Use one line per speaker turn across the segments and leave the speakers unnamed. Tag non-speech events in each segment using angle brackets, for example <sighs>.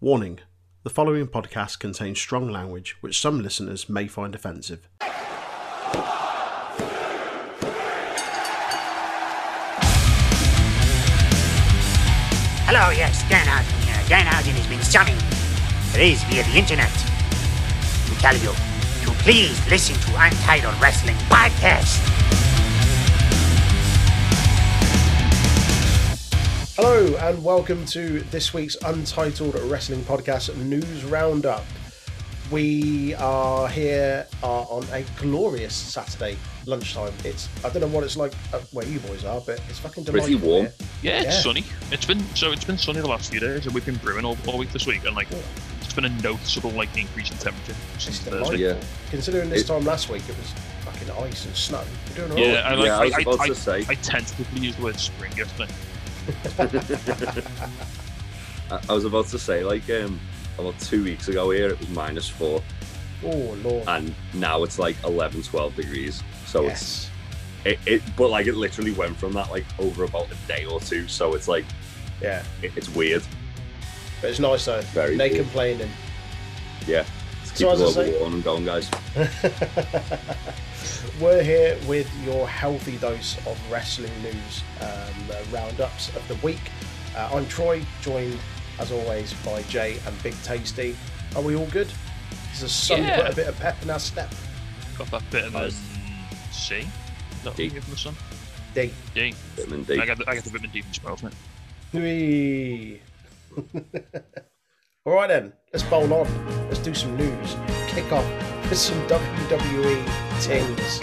Warning the following podcast contains strong language which some listeners may find offensive.
Hello, yes, Dan Arden here. Dan Arden has been summoned, raised via the internet, to tell you to please listen to Untitled Wrestling Podcast.
Hello and welcome to this week's Untitled Wrestling Podcast News Roundup. We are here uh, on a glorious Saturday lunchtime. It's I don't know what it's like uh, where you boys are, but it's fucking delightful.
Pretty warm.
here.
Yeah, it's
Yeah.
sunny. It's been so it's been sunny the last few days, and we've been brewing all, all week this week, and like it's been a noticeable like increase in temperature since
It's
Thursday.
delightful.
Yeah.
Considering this
It-
time last week it was fucking ice and snow. We're doing all
Yeah,
right.
I like
Yeah, I was
I,
about
I,
to
I,
say.
I tentatively used the word spring yesterday.
I, I was about to say, like, um, about two weeks ago here, it was minus four,
Oh lord.
and now it's like 11, 12 degrees. So
yes.
it's, it, it, but like, it literally went from that, like, over about a day or two. So it's like,
Yeah.
it, it's weird.
But it's nice though.
Very
no
cool.
complaining.
Yeah. Let's keep
So as I
global
say-
warming going, guys.
<laughs> We're here with your healthy dose of wrestling news um, uh, roundups of the week. Uh, I'm Troy, joined as always by Jay and Big Tasty. Are we all good? Is the sun
Yeah.
put a bit of pep in our step?
Got that bit of the
Nice.
sea. That
Deep.
we give the sun.
D.
Yeah.
Vitamin D.
I got the, I got the vitamin D from smells, mate.
Whee. <laughs> all right then, let's bowl on. Let's do some news. Kick off with some E WWE tings.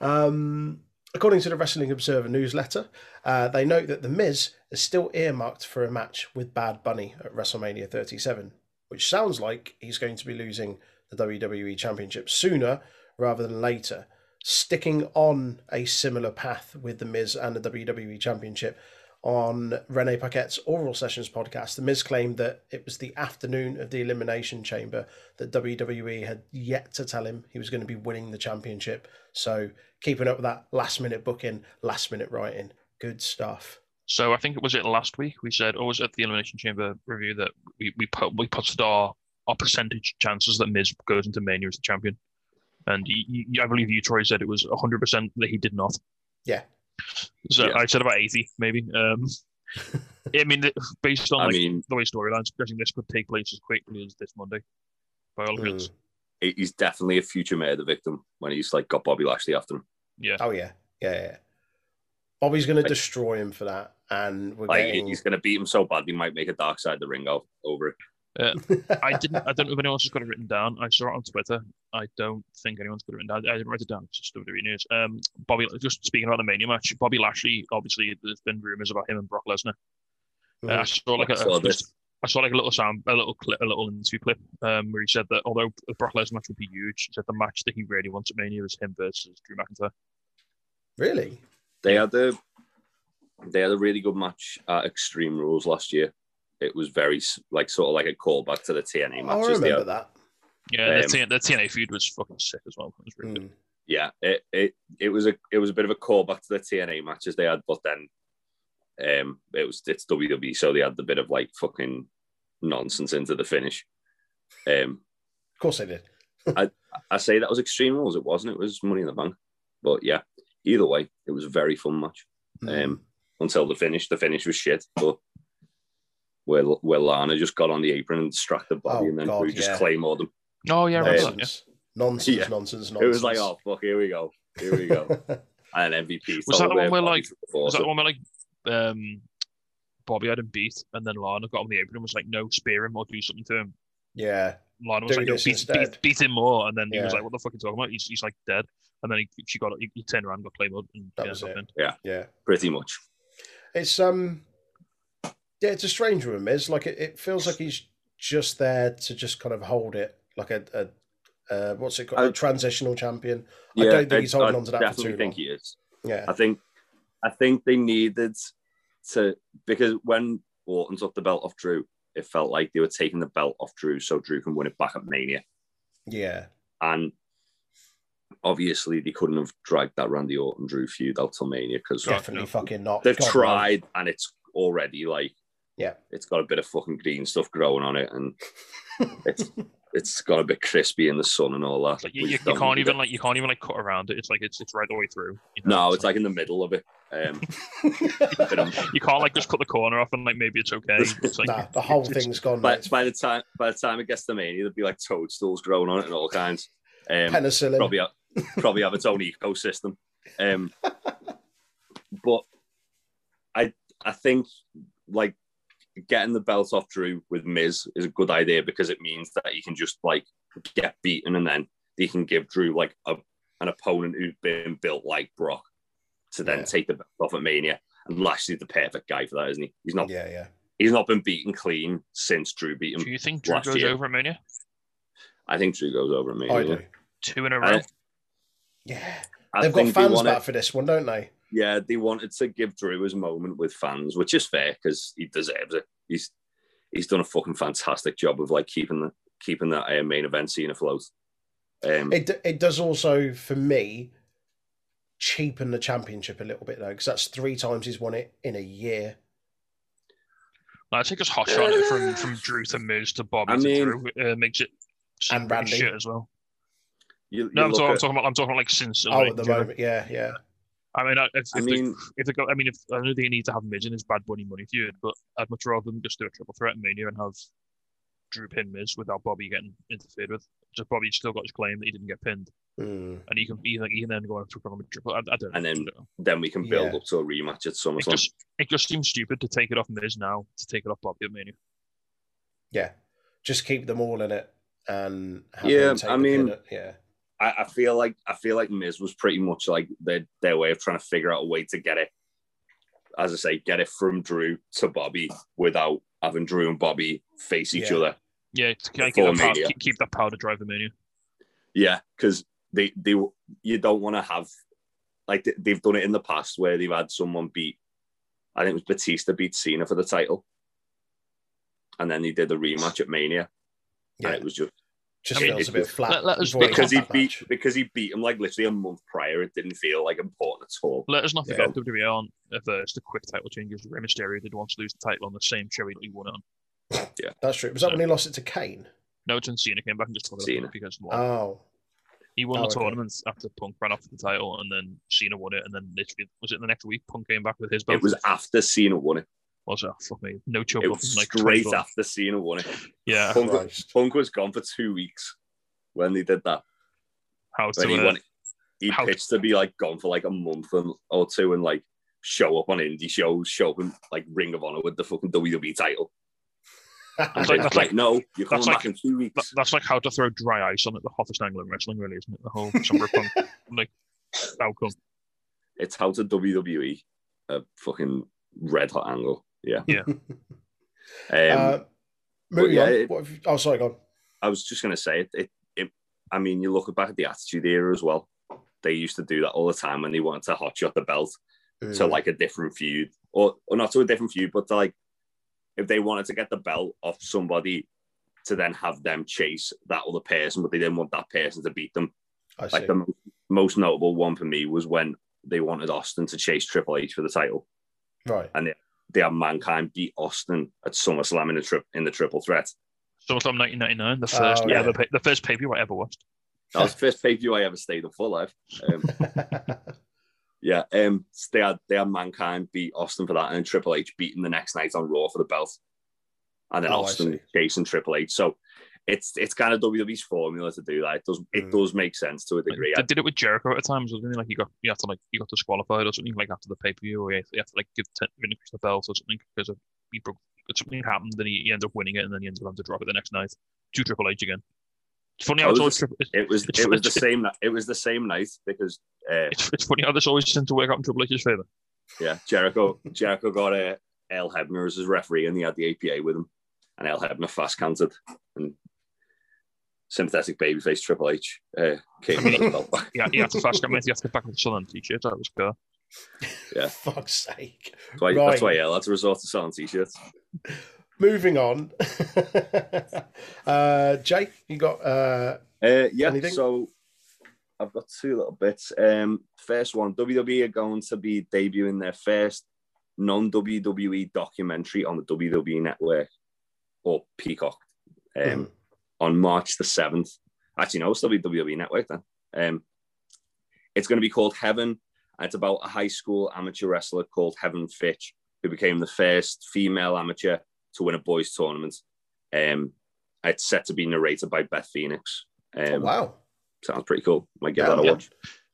Um, according to the Wrestling Observer newsletter, uh, they note that The Miz is still earmarked for a match with Bad Bunny at WrestleMania 37, which sounds like he's going to be losing the WWE Championship sooner rather than later. Sticking on a similar path with The Miz and the WWE Championship on Rene Paquette's Oral Sessions podcast, The Miz claimed that it was the afternoon of the Elimination Chamber that WWE had yet to tell him he was going to be winning the championship. So keeping up with that last minute booking, last minute writing, good stuff.
So I think it was it last week we said, or was it at the Elimination Chamber review that we we put we posted our our percentage chances that Miz goes into Mania as the champion, and y y I I believe you Troy said it was hundred percent that he did not.
Yeah.
So
Yeah.
I said about eighty maybe. Um, I mean, th- based on
I
like
mean,
the way storylines, I think this could take place as quickly as this Monday. By all
Mm.
accounts,
Hmm.
he- he's definitely a future murder victim when he's, like, got Bobby Lashley after him.
yeah.
Oh yeah, yeah. yeah. Bobby's going to
Like-
destroy him for that, and we're
Like,
getting.
he's going to beat him so bad, he might make a dark side of the ring o- over it.
<laughs>
I didn't. I don't know if anyone else has got it written down. I saw it on Twitter. I don't think anyone's got it written down. I didn't write it down. It's just WWE news. Um, Bobby. Just speaking about the Mania match, Bobby Lashley. Obviously, there's been rumors about him and Brock Lesnar. Uh,
Mm.
I saw like a,
I saw
a-
this.
I saw like a little sound, a little clip, a little interview clip, um, where he said that although the Brock Lesnar match would be huge, he said the match that he really wants at Mania is him versus Drew McIntyre.
really?
They had a they had a really good match at Extreme Rules last year. It was very s- like sort of like a callback to the TNA
Oh, I
matches.
remember
yeah,
that.
Yeah,
Um,
the, TN- the TNA feud was fucking sick as well. It was
Hmm.
really good.
Mm.
yeah. It, it it was a it was a bit of a callback to the TNA matches they had, but then um it was it's WWE, so they had the bit of like fucking nonsense into the finish. Um,
Of course they did.
I say that was Extreme Rules. It wasn't. It was Money in the Bank. But yeah, either way, it was a very fun match.
Mm.
Um, until the finish. The finish was shit, but where where Lana just got on the apron and distracted Bobby,
Oh,
and then
God,
Drew just
yeah.
claymored him.
Oh yeah, I remember that, yeah.
nonsense. Nonsense,
um, Yeah.
nonsense, nonsense.
It was like, oh fuck, here we go, here
<laughs>
we go, and MVP.
Was that the one where, like,
was
Was that the one where like um, Bobby had him beat, and then Lana got on the apron and was like, "No, spear him or do something to him."
yeah.
Lana was
Do
like, "No,
this
beat,
instead."
beat, beat him more," and then he was
Yeah.
like, "What the fuck are you talking about?" He's, he's like dead, and then he, she got he, he turned around, and got claymore, and
That
yeah,
was
got
it.
pinned.
Yeah.
pretty much?
It's um, yeah, it's a strange with him. Is like it, it feels like he's just there to just kind of hold it, like a, a uh, what's it called,
I-
a transitional champion. I don't think he's holding on to that for
Definitely
too
think
long.
he is.
Yeah,
I think I think they needed to because when Orton took the belt off Drew, it felt like they were taking the belt off Drew so Drew can win it back at Mania,
yeah,
and obviously they couldn't have dragged that Randy Orton Drew feud out till Mania because
God,
definitely
no.
fucking not. <laughs>
they've
God, no.
tried and it's already like
Yeah.
It's got a bit of fucking green stuff growing on it, and
<laughs>
it's it's got a bit crispy in the sun and all that.
Like you,
We
you,
just
you
don't
can't
need
even
it.
like you can't even like cut around it. It's like it's it's right the way through. you know?
No, it's like in the middle of it. Um, but
<laughs>
I'm-
you can't like just cut the corner off and like maybe it's okay. It's like
nah, the whole
it's- it's-
thing's gone.
by,
mate.
by the time by the time it gets to Mania, there'll be like toadstools growing on it and all kinds. Um,
Penicillin.
probably ha- probably have its own ecosystem. Um, but I I think like getting the belt off Drew with Miz is a good idea because it means that he can just like get beaten and then he can give Drew like a, an opponent who's been built like Brock to then
Yeah.
take the belt off at Mania. And Lashley's the perfect guy for that, isn't he? He's not
Yeah, yeah.
he's not been beaten clean since Drew beat him.
Do you think Drew
last
goes
year.
over at Mania
I think Drew goes over at Mania.
I do.
two in a
I-
row?
Yeah.
I
They've got
think they
fans
wanna-
back for this one, don't they?
yeah, they wanted to give Drew his moment with fans, which is fair because he deserves it. He's he's done a fucking fantastic job of like keeping the keeping that uh, main event scene afloat. Um,
It it does also for me cheapen the championship a little bit though, because that's three times he's won it in a year.
Like, I think it's hot shot it from from Drew to Miz to Bobby
I mean-
to Drew uh, makes it seem
And
pretty
Randy.
shit as well.
you, you
No, I'm,
look
talking, I'm
at-
talking about I'm talking about, like since.
oh,
like,
at the
Drew.
moment, yeah, yeah,
I mean, I- if, if
I
they-
mean-
if they go, I mean, if I know they need to have Miz in his Bad Bunny money feud, but I'd much rather them just do a triple threat at Mania and have Drew pin Miz without Bobby getting interfered with. So Bobby's still got his claim that he didn't get pinned,
Mm.
and he can he, like, he can then go on to perform a triple. I, I don't.
And
know.
then- then we can build
Yeah.
up to a rematch at
it
SummerSlam.
just it just seems stupid to take it off Miz now to take it off Bobby at Mania.
yeah. Just keep them all in it and have
Yeah,
him take
I
the pin
mean-
at- yeah.
I, I feel like I feel like Miz was pretty much like their their way of trying to figure out a way to get it, as I say, get it from Drew to Bobby without having Drew and Bobby face each
Yeah.
other.
Yeah, to, keep,
Before
that pow-
Mania.
keep, keep that powder dry for Mania.
Yeah, because they they you don't want to have like they- they've done it in the past where they've had someone beat. I think it was Batista beat Cena for the title, and then they did the rematch at Mania,
Yeah.
and it was just
Just
I mean,
feels a
it-
bit flat.
let- let us-
You've already
because he
had that
beat
match.
because he beat him like literally a month prior. It didn't feel like important at all.
Let us not
Yeah.
forget E WWE on first the quick title changes. Rey Mysterio did once lose the title on the same show he won it on.
That's true. Was that when he lost it to Kane?
No, it's when Cena came back and just took it
Cena.
off because one.
Oh,
He won
Oh,
the
okay.
tournament after Punk ran off with the title, and then Cena won it, and then literally was it the next week Punk came back with his belt.
It was after Cena won it.
was oh, fuck me, no choke
It
up.
was
like
straight
24.
after Cena won it.
Yeah,
Oh,
Punk,
<laughs>
Christ.
Punk was gone for two weeks when they did that.
how
When
to
he
uh,
won, it, he
how-
pitched to be like gone for like a month and, or two and like show up on indie shows, show up in like Ring of Honor with the fucking WWE title. And like,
That's like- that's
like, no, you're coming
that's
back
like-
in two
that-
weeks.
that's like how to throw dry ice on it. The hottest angle in wrestling, really, isn't it? The whole summer of
<laughs>
Punk like outcome.
It's how to WWE a fucking red hot angle. Yeah.
Yeah.
Um,
<laughs> uh, moving
yeah,
on.
it-
what have you- oh, sorry, go on.
I was just going to say it, it, it. I mean, you look back at the Attitude Era as well. They used to do that all the time when they wanted to hotshot the belt to
Mm.
like a different feud, or, or not to a different feud, but to like if they wanted to get the belt off somebody to then have them chase that other person, but they didn't want that person to beat them.
I see.
Like the mo- most notable one for me was when they wanted Austin to chase Triple H for the title. <laughs>
right. <laughs>
They had Mankind beat Austin at SummerSlam in the trip in the triple threat.
SummerSlam 1999, the first
Oh,
we
yeah.
ever, pa- the first pay per view I ever watched.
<laughs>
That was the first pay per view I ever stayed up for live. Um, Yeah, um, so they had they had mankind beat Austin for that, and then Triple H beating the next night on Raw for the belt, and then
Oh, I
Austin
see.
chasing Triple H. So it's it's kind of WWE's formula to do that. It does it
Mm.
does make sense to a degree.
They did it with Jericho at times, wasn't it? Like you got you have to like you got disqualified or something like after the pay per view, or you have, you have to like give ten, increase the belt or something because of he broke something happened and he, he ended up winning it and then he ended up having to drop it the next night to Triple H again. It's funny
Oh,
how it's
is
always
it-
triple, it's,
It was
It's-
it was the
it's-
same ni- it was the same night because uh,
it's, it's funny how this always seems to work out in Triple H's favor.
yeah Jericho
<laughs>
Jericho got uh, Al Hebner as his referee, and he had the APA with him, and Al Hebner fast counted and sympathetic babyface Triple H uh, came with the belt back.
Yeah, he had to fast <laughs> get he had to get back with the Southern T-shirt. That was cool.
Yeah.
Fuck's sake.
That's why, that's why
Right.
Al had to resort to selling t-shirts.
Moving on. <laughs> uh, Jake, you got uh,
Uh, yeah,
Anything?
so I've E got two little bits. Um, first one, WWE are going to be debuting their first non WWE documentary on the WWE network or Peacock um,
Mhm.
on March the 7th. Actually, no, it'll still be WWE E network then. Um, it's going to be called Heaven. and It's about a high school amateur wrestler called Heaven Fitch, who became the first female amateur to win a boys' tournament. Um, it's set to be narrated by Beth Phoenix. Um,
Oh, wow.
Sounds pretty cool. Might give
Yeah,
that a
yeah.
watch.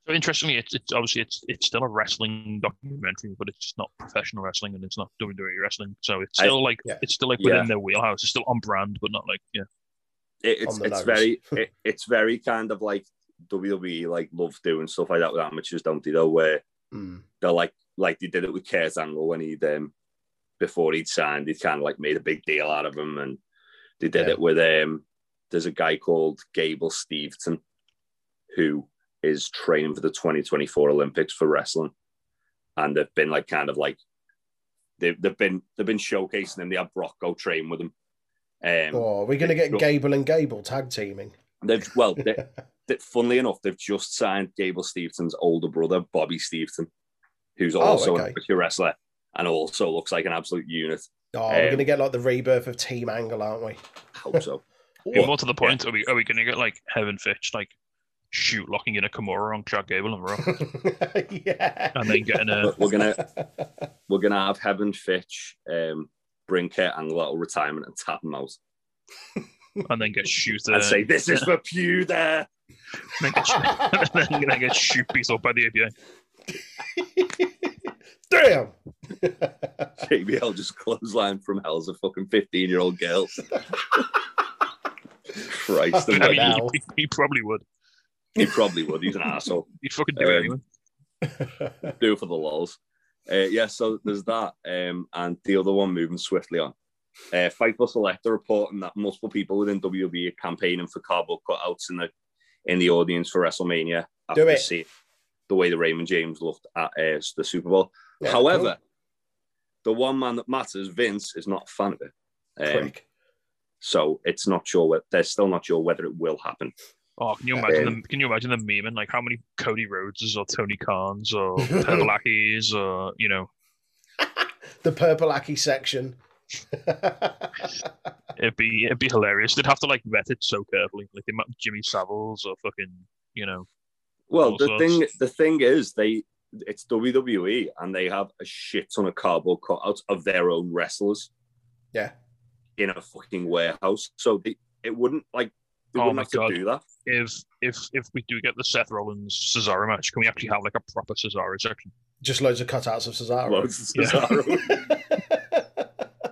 So interestingly, it's, it's obviously it's it's still a wrestling documentary, but it's just not professional wrestling and it's not WWE wrestling. So it's
I-
still like
yeah.
it's still like
Yeah.
within their wheelhouse. It's still on brand, but not like yeah.
it, it's
on the
it's
nose. <laughs>
very it, it's very kind of like WWE like love doing stuff like that with amateurs, don't they? Though where
Mm.
they're like like they did it with Kurt Angle when he'd um before he'd signed, he'd kind of like made a big deal out of him, and they did
Yeah.
it with um there's a guy called Gable Steveson who is training for the 2024 Olympics for wrestling, and they've been like kind of like they've they've been they've been showcasing him. They have Brock go train with him. Um,
Oh, we're going to get
Look-
Gable and Gable tag teaming.
They've well, they, that funnily enough, they've just signed Gable Stevenson's older brother, Bobby Stevenson, who's also
okay.
an amateur wrestler and also looks like an absolute unit.
Oh, we're
Um,
going to get like the rebirth of Team Angle, aren't we?
I hope so.
Yeah,
Well,
more to the point, are we are we going to get like Heaven Fitch like shoot locking in a Kimura on Chad Gable
<laughs>
and Raw,
<laughs> yeah.
and then getting a
But we're gonna we're gonna have Heaven Fitch, um, bring Kurt Angle out of retirement and tap him out
and then get shoot uh,
and say, "This is for Pew." There,
<laughs>
then get, <laughs> and then, then get shoot beat up by the APA.
<laughs>
Damn.
JBL just clothesline from hell's a fucking fifteen-year-old girl. Christ,
Fucking
I
almighty.
mean,
hell.
he, he probably would.
he probably would. He's an asshole.
He'd fucking do
Um,
it anyway.
do it for the lols. Uh, yeah, so there's that. Um, and the other one moving swiftly on. Uh, Fightful Selector reporting that multiple people within WWE are campaigning for cardboard cutouts in the in the audience for WrestleMania after
Do it.
seeing the way the Raymond James looked at uh, the Super Bowl.
Yeah,
However, the one man that matters, Vince, is not a fan of it.
cool.
Um,
oh, Prick.
so it's not sure. whe- They're still not sure whether it will happen.
Oh, can you
um,
imagine them? Can you imagine them memeing like how many Cody Rhodeses or Tony
<laughs>
Khan's or Pavlakis or you know
the purple Aki section.
It'd be it'd be hilarious. They'd have to like vet it so carefully, like they might Jimmy Savile's or fucking you know.
Well,
all
the
sorts.
thing the thing is, they it's WWE and they have a shit ton of cardboard cutouts of their own wrestlers
yeah.
in a fucking warehouse. So they, it wouldn't like they
Oh
wouldn't
my
have to
God.
do that.
If if if we do get the Seth Rollins Cesaro match, can we actually have like a proper Cesaro section?
Just loads of cutouts of Cesaro.
Loads of
Yeah. <laughs>
Cesaro.
<laughs>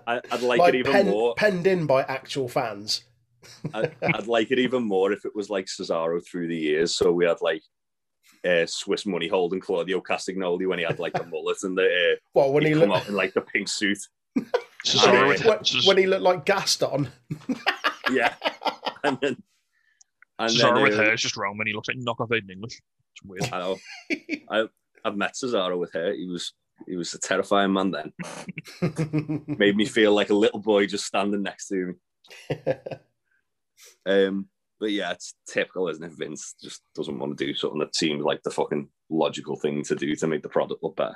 I, I'd like,
like
it even
pen- <laughs>
more.
penned in by actual fans.
I, I'd like it even more if it was like Cesaro through the years. So we had like uh, Swiss money holding Claudio Castagnoli when he had
<laughs>
like the mullet and the
Well,
uh,
when
he'd
he
come
looked
out in like the pink suit.
Cesaro
yeah.
<laughs>
with
when,
Ces-
when he looked like Gaston. <laughs>
Yeah, and then and
Cesaro with
uh,
hair is just wrong when he looks like knockoff Aiden English. It's
<laughs>
weird.
I know. I've met Cesaro with her. He was he was a terrifying man then. Made me feel like a little boy just standing next to me. Um, but yeah, it's typical, isn't it? Vince just doesn't want to do something that seems like the fucking logical thing to do to make the product look better.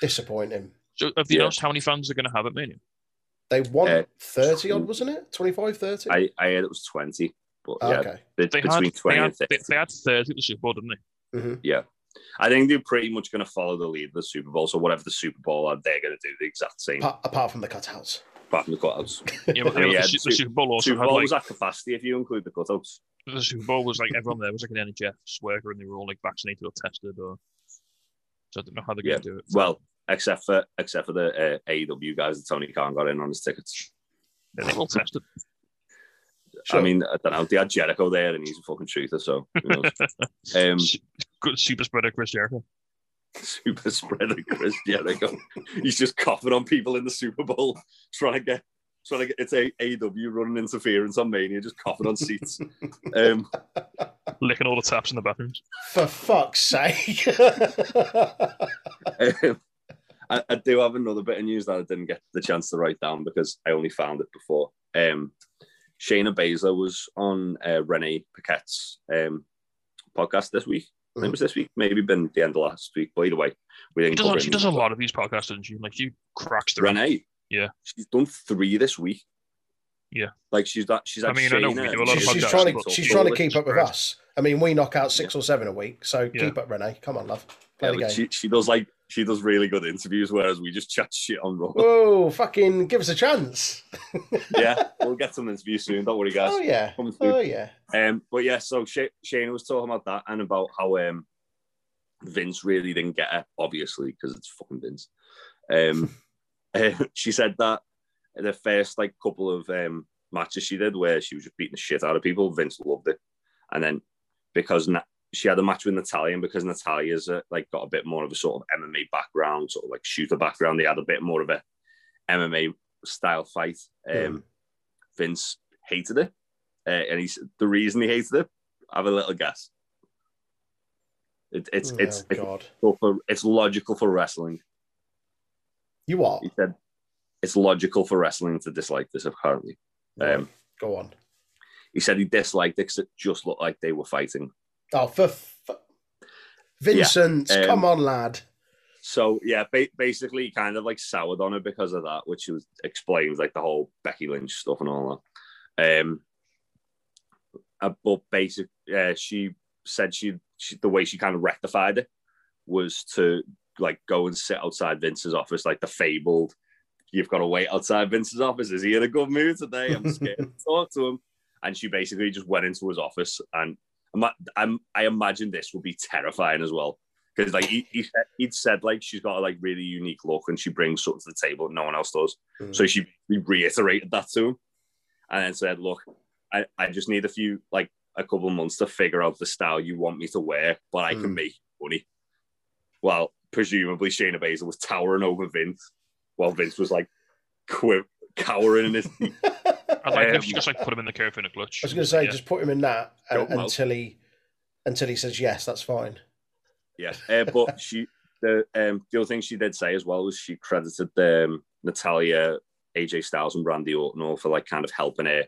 Disappointing.
So have you
Yeah.
announced how many fans are going to have at Mania?
They won
Uh,
30 odd, wasn't it? 25, 30?
I, I heard it was twenty, but
Oh,
yeah,
Okay.
be-
They
between
had they
twenty
had,
and thirty.
they, they had thirty at the Super Bowl, didn't
<laughs>
they?
yeah, I think they're pretty much going to follow the lead of the Super Bowl. So whatever the Super Bowl are, they're going to do the exact same.
Apart, apart from the cutouts.
Apart from the cutouts,
Yeah, but
Yeah,
the,
yeah,
Su- the
Su-
Super Bowl also
Super
had
Bowl
like
was at capacity if you include the cutouts.
the Super Bowl was like everyone there was like an NHS worker and they were all like vaccinated or tested or. So I don't know how they're
Yeah,
going to do it.
Well, except for except for the uh, AEW guys that Tony Khan got in on his tickets.
Yeah, they're all tested.
I mean, I don't know. They had Jericho there, and he's a fucking truther, so who knows? um,
Good super spreader Chris Jericho.
super spreader Chris Jericho. he's just coughing on people in the Super Bowl, trying to get trying to get it's a AEW running interference on Mania, just coughing on seats. um,
licking all the taps in the bathrooms.
For fuck's sake. <laughs>
Um, <laughs> I, I do have another bit of news that I didn't get the chance to write down because I only found it before. Um, Shayna Baszler was on uh, Renee Paquette's um, podcast this week, I think it was this week, maybe been the end of last week. By the way, we
She
didn't
does,
cover
she
it.
does a lot of these podcasts, doesn't she? Like she cracks the
Renee.
Yeah.
She's done three this week.
Yeah.
Like she's that she's
I
had
mean, I know we
Shayna
do a
and
lot of
She's,
podcasts,
she's
she's
podcasts,
trying
but-
to she's trying to
Always
keep up with
spread.
us. I mean, we knock out six or seven a week, so
Yeah.
keep up, Renee. Come on, love. Play
Yeah,
the
but
game.
she, she does like she does really good interviews, whereas we just chat shit on
<laughs>
Raw.
Whoa, fucking give us a chance.
yeah, we'll get some interviews soon. Don't worry, guys.
Oh yeah.
Coming soon.
Oh yeah.
Um, but yeah, so Shay- Shane was talking about that and about how um, Vince really didn't get her, obviously, because it's fucking Vince. Um, <laughs> eh, she said that the first like couple of um, matches she did, where she was just beating the shit out of people, Vince loved it, and then because na- she had a match with Natalia, and because Natalia's uh, like got a bit more of a sort of MMA background, sort of like shooter background, they had a bit more of a MMA style fight. Um, Vince hated it. Uh, and he's the reason he hated it. Have a little guess. It, it's it's
oh,
it's,
God.
for, it's logical for wrestling.
You are.
He said it's logical for wrestling to dislike this. Apparently, um,
Go on.
he said he disliked it because it just looked like they were fighting.
Oh, for f- Vincent,
um,
come on, lad.
So yeah, ba- basically, he kind of like soured on it because of that, which was explains like the whole Becky Lynch stuff and all that. Um, uh, but basic, uh, she said she, she the way she kind of rectified it was to like go and sit outside Vince's office, like the fabled. You've got to wait outside Vince's office. Is he in a good mood today? I'm scared to talk to him. And she basically just went into his office, and I'm, I'm, I imagine this would be terrifying as well because like he, he said, he'd said like she's got a like really unique look and she brings something to the table that no one else does.
Mm.
So she reiterated that to him and then said, "Look, I, I just need a few like a couple of months to figure out the style you want me to wear, but I
Mm.
can make money." Well, presumably Shayna Baszler was towering over Vince, while Vince was like quiv- cowering in his <laughs> seat.
I like
Um,
if you just like put him in the curve in a clutch.
<laughs> I was going to say,
Yeah.
just put him in that and,
Don't mouth.
until he until he says yes, that's fine.
Yeah, uh, but she the um the other thing she did say as well was she credited um, Natalia, AJ Styles, and Randy Orton all for like kind of helping her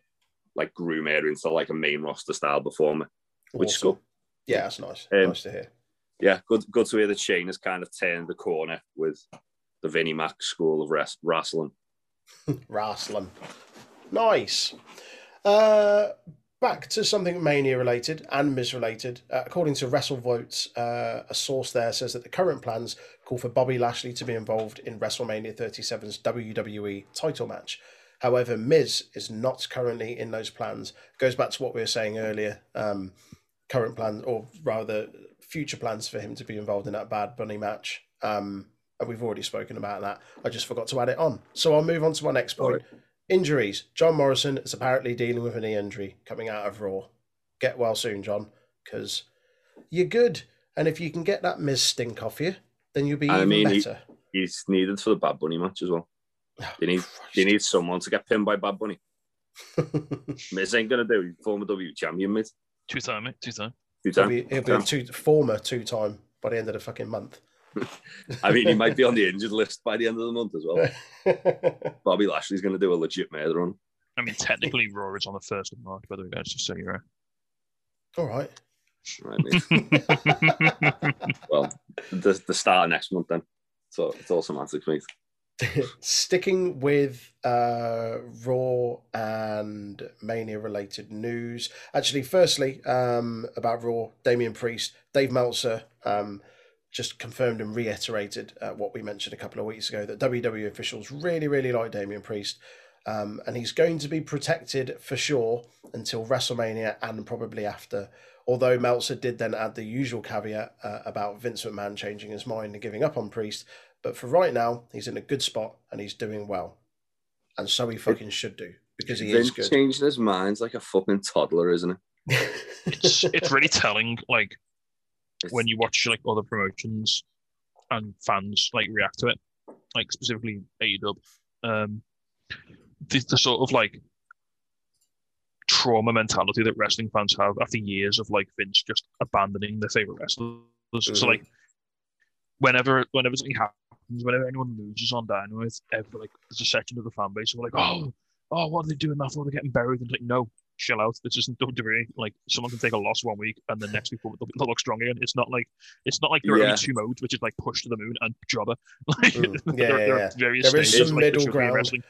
like groom her into like a main roster style performer. Which is
Awesome.
cool.
Yeah, that's nice.
Um,
nice to hear.
Yeah, good good to hear that Shane has kind of turned the corner with the Vinnie Mac school of res- wrestling.
Raslam. Nice. Uh, back to something Mania related and Miz related. Uh, according to WrestleVotes, uh, a source there says that the current plans call for Bobby Lashley to be involved in WrestleMania 37's WWE E title match. However, Miz is not currently in those plans. Goes back to what we were saying earlier. Um, current plans, or rather, future plans for him to be involved in that Bad Bunny match. Um, and we've already spoken about that. I just forgot to add it on. So I'll move on to my next point. Injuries. John Morrison is apparently dealing with a knee injury coming out of Raw. Get well soon, John, because you're good. And if you can get that Miz stink off you, then you'll be
I
even
mean, he-
better.
He's needed for the Bad Bunny match as well.
Oh,
You need
<sighs> <laughs>
you need someone to get pinned by Bad Bunny.
Christ.
Miz ain't gonna do. it. Former W champion, Miz.
two time, mate, two time.
Two
he'll
time.
be, he'll be a two, former two time by the end of the fucking month.
<laughs> I mean, he might be on the injured list by the end of the month as well. Bobby Lashley's gonna do a legit murder run.
I mean, technically, Raw is on the first of March, by the way, guys. Just so you're
<laughs> All right.
Right, mate.
<laughs>
aware.
well, the, the start of next month then. So it's all semantics, mate.
Sticking with uh, Raw and Mania related news. Actually, firstly, um, about Raw, Damian Priest, Dave Meltzer um, just confirmed and reiterated uh, what we mentioned a couple of weeks ago that WWE officials really, really like Damian Priest. Um, and he's going to be protected for sure until WrestleMania and probably after. Although Meltzer did then add the usual caveat uh, about Vince McMahon changing his mind and giving up on Priest. But for right now, he's in a good spot and he's doing well. And so he fucking should do because he
Vince
is good.
changing his mind's like a fucking toddler, isn't it?
<laughs>
it's it's really telling, like
It's-
when you watch like other promotions and fans like react to it, like specifically AEW, um, the, the sort of like trauma mentality that wrestling fans have after years of like Vince just abandoning their favorite wrestlers. So
Mhm.
like whenever whenever something happens, whenever anyone loses on Dynamite, ever like there's a section of the fan base who are like, oh, oh, what are they doing that for? They're getting buried. And it's like, no, chill out. This isn't WWE. Like someone can take a loss one week and then next week they'll, they'll look strong again. It's not like it's not like there are
Yeah.
only two modes, which is like push to the moon and jobber. <laughs> Like
Mm.
<laughs>
Yeah,
there,
yeah,
there
yeah.
are various
There is
stages,
some
like, which
middle
would be
ground.
wrestling.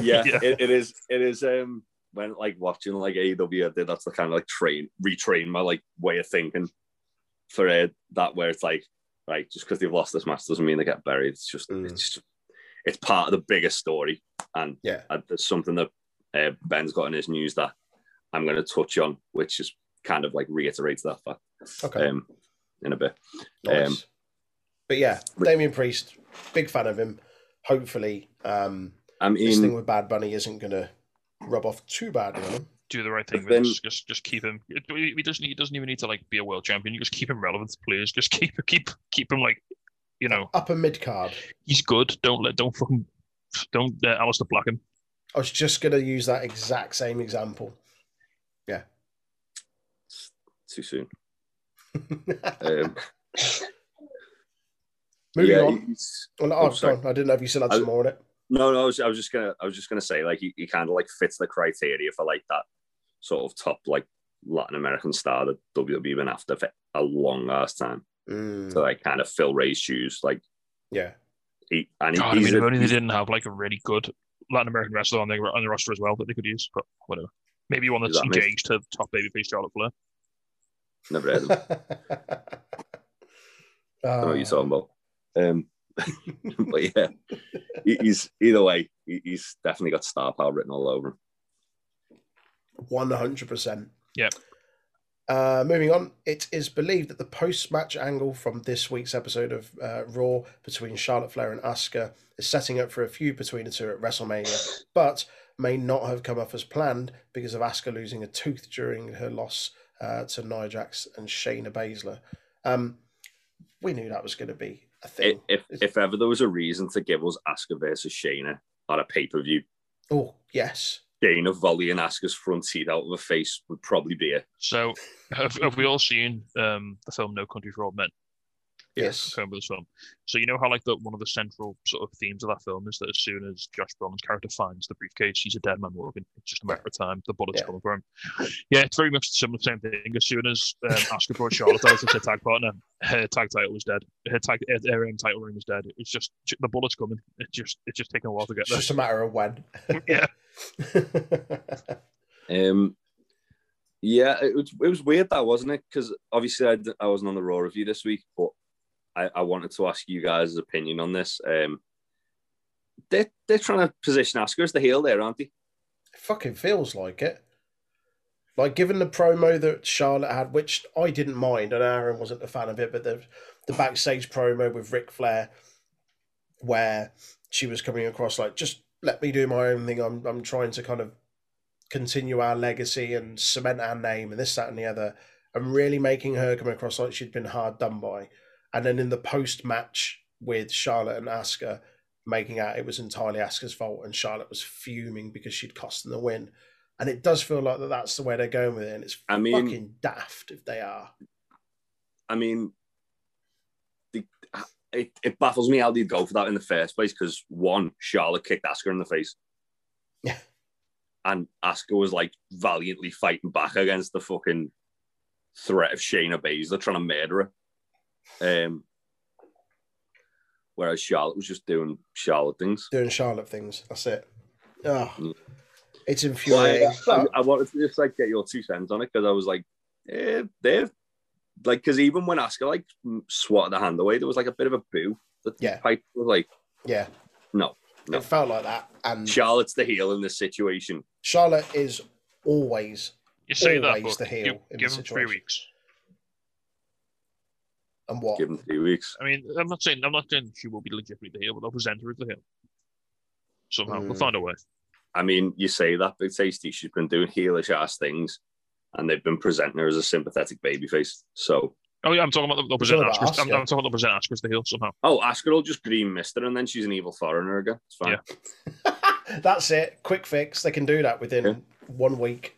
yeah,
Yeah.
It, it is. It is. Um, when like watching like AEW, I did that's the kind of like train retrain my like way of thinking for uh, that where it's like right just because they've lost this match doesn't mean they get buried. It's just
Mm.
it's just, it's part of the bigger story, and
Yeah.
uh, there's something that uh, Ben's got in his news that I'm going to touch on, which is kind of like reiterates that fact
Okay.
um, in a bit.
nice.
um,
but yeah, Damien Priest, big fan of him. Hopefully, um,
I
this thing
mean,
with Bad Bunny isn't going to rub off too badly on him.
Do the right thing.
But
With it.
then-
just, just just keep him. it- He he doesn't. He doesn't even need to like be a world champion. You just keep him relevant, please. Just keep <laughs> keep keep him like you know
Upper mid card.
he's good. Don't let don't fucking don't uh, Alistair Black him.
I was just going to use that exact same example. <laughs>
too soon.
Moving
Um, yeah,
on.
he's-
Well,
oh,
oh,
sorry.
go on. I didn't know if you still had
I-
some more on it.
No, no, I was, I was just gonna, I was just gonna say, like, he, he kind of like fits the criteria for like that sort of top like Latin American star that WWE been after for a long ass time
Hmm.
to like kind of fill Ray's shoes, like
Mm.
<laughs>
Yeah. <laughs>
he and he,
God, I
he's
mean, if
a-
only they
he's-
didn't have like a really good Latin American wrestler on the, on the roster as well that they could use, but whatever. Maybe one that's
Does that make-
engaged to top babyface Charlotte Flair.
never heard of him. I
<laughs>
know what you're
Ah.
talking about. Um, <laughs> but yeah, he, he's either way, he, he's definitely got star power written all over him.
One hundred percent.
Yep.
Uh, moving on, it is believed that the post-match angle from this week's episode of uh, Raw between Charlotte Flair and Asuka is setting up for a feud between the two at WrestleMania, but may not have come off as planned because of Asuka losing a tooth during her loss uh, to Nia Jax and Shayna Baszler. Um, we knew that was going to be a
If,
thing.
if if ever there was a reason to give us Asuka versus Shayna on a pay per view,
oh yes,
Shayna volleying Asuka's front teeth out of her face would probably be it.
So, have, have we all seen um, the film No Country for Old Men?
yes,
Film with this film. So you know how like the, one of the central sort of themes of that film is that as soon as Josh Brolin's character finds the briefcase, he's a dead man walking. It's just a matter of time. The bullet's
Yeah.
coming for him. Yeah, it's very much the similar same thing. As soon as um, Asuka brought Charlotte out as her tag partner, her tag title was dead. Her tag her, her own title ring was dead. It's just the bullet's coming. It's just it's just taking a while to get
it's
there.
just a matter of when. <laughs>
Yeah.
Um, yeah, it was, it was weird that wasn't it? Because obviously I, d- I wasn't on the Raw review this week, but I, I wanted to ask you guys' opinion on this. Um, they they're trying to position Asuka as the heel there, aren't they?
It fucking feels like it. Like given the promo that Charlotte had, which I didn't mind, and Aaron wasn't a fan of it, but the the backstage promo with Ric Flair, where she was coming across like, just let me do my own thing. I'm I'm trying to kind of continue our legacy and cement our name and this, that, and the other. And really making her come across like she'd been hard done by. And then in the post match with Charlotte and Asuka, making out it was entirely Asuka's fault and Charlotte was fuming because she'd cost them the win. And it does feel like that that's the way they're going with it. And it's
I mean-
fucking daft if they are.
I mean, the, it, it baffles me how they'd go for that in the first place. Because one, Charlotte kicked Asuka in the face,
Yeah.
and Asuka was like valiantly fighting back against the fucking threat of Shayna Baszler trying to murder her. Um, whereas Charlotte was just doing Charlotte things.
Doing Charlotte things. That's it. Oh,
Mm.
it's
Well, I-
infuriating.
I, I wanted to just like get your two cents on it because I was like, eh, they're like, because even when Asuka like swatted the hand away, there was like a bit of a boo. The
Yeah.
pipe was like.
yeah.
No, no.
It felt like that. And
Charlotte's the heel in this situation.
Charlotte is always
You say that,
Always
but
the heel
give,
in
give
the
him three
situation.
weeks.
and what?
Give him three weeks.
I mean, I'm not saying I'm not saying she will be legitimately the heel, but they'll present her as the heel. Somehow they'll
Mm.
find a way.
I mean, you say that, but Tasty, she's been doing heelish ass things, and they've been presenting her as a sympathetic babyface. So,
Oh yeah, I'm talking about the, they'll present
talking about
Asuka. I'm,
Asuka.
I'm talking about the present Asuka as the heel somehow.
oh, Asuka will just green mister, and then she's an evil foreigner again. It's fine.
<laughs> That's it. Quick fix. They can do that within one week.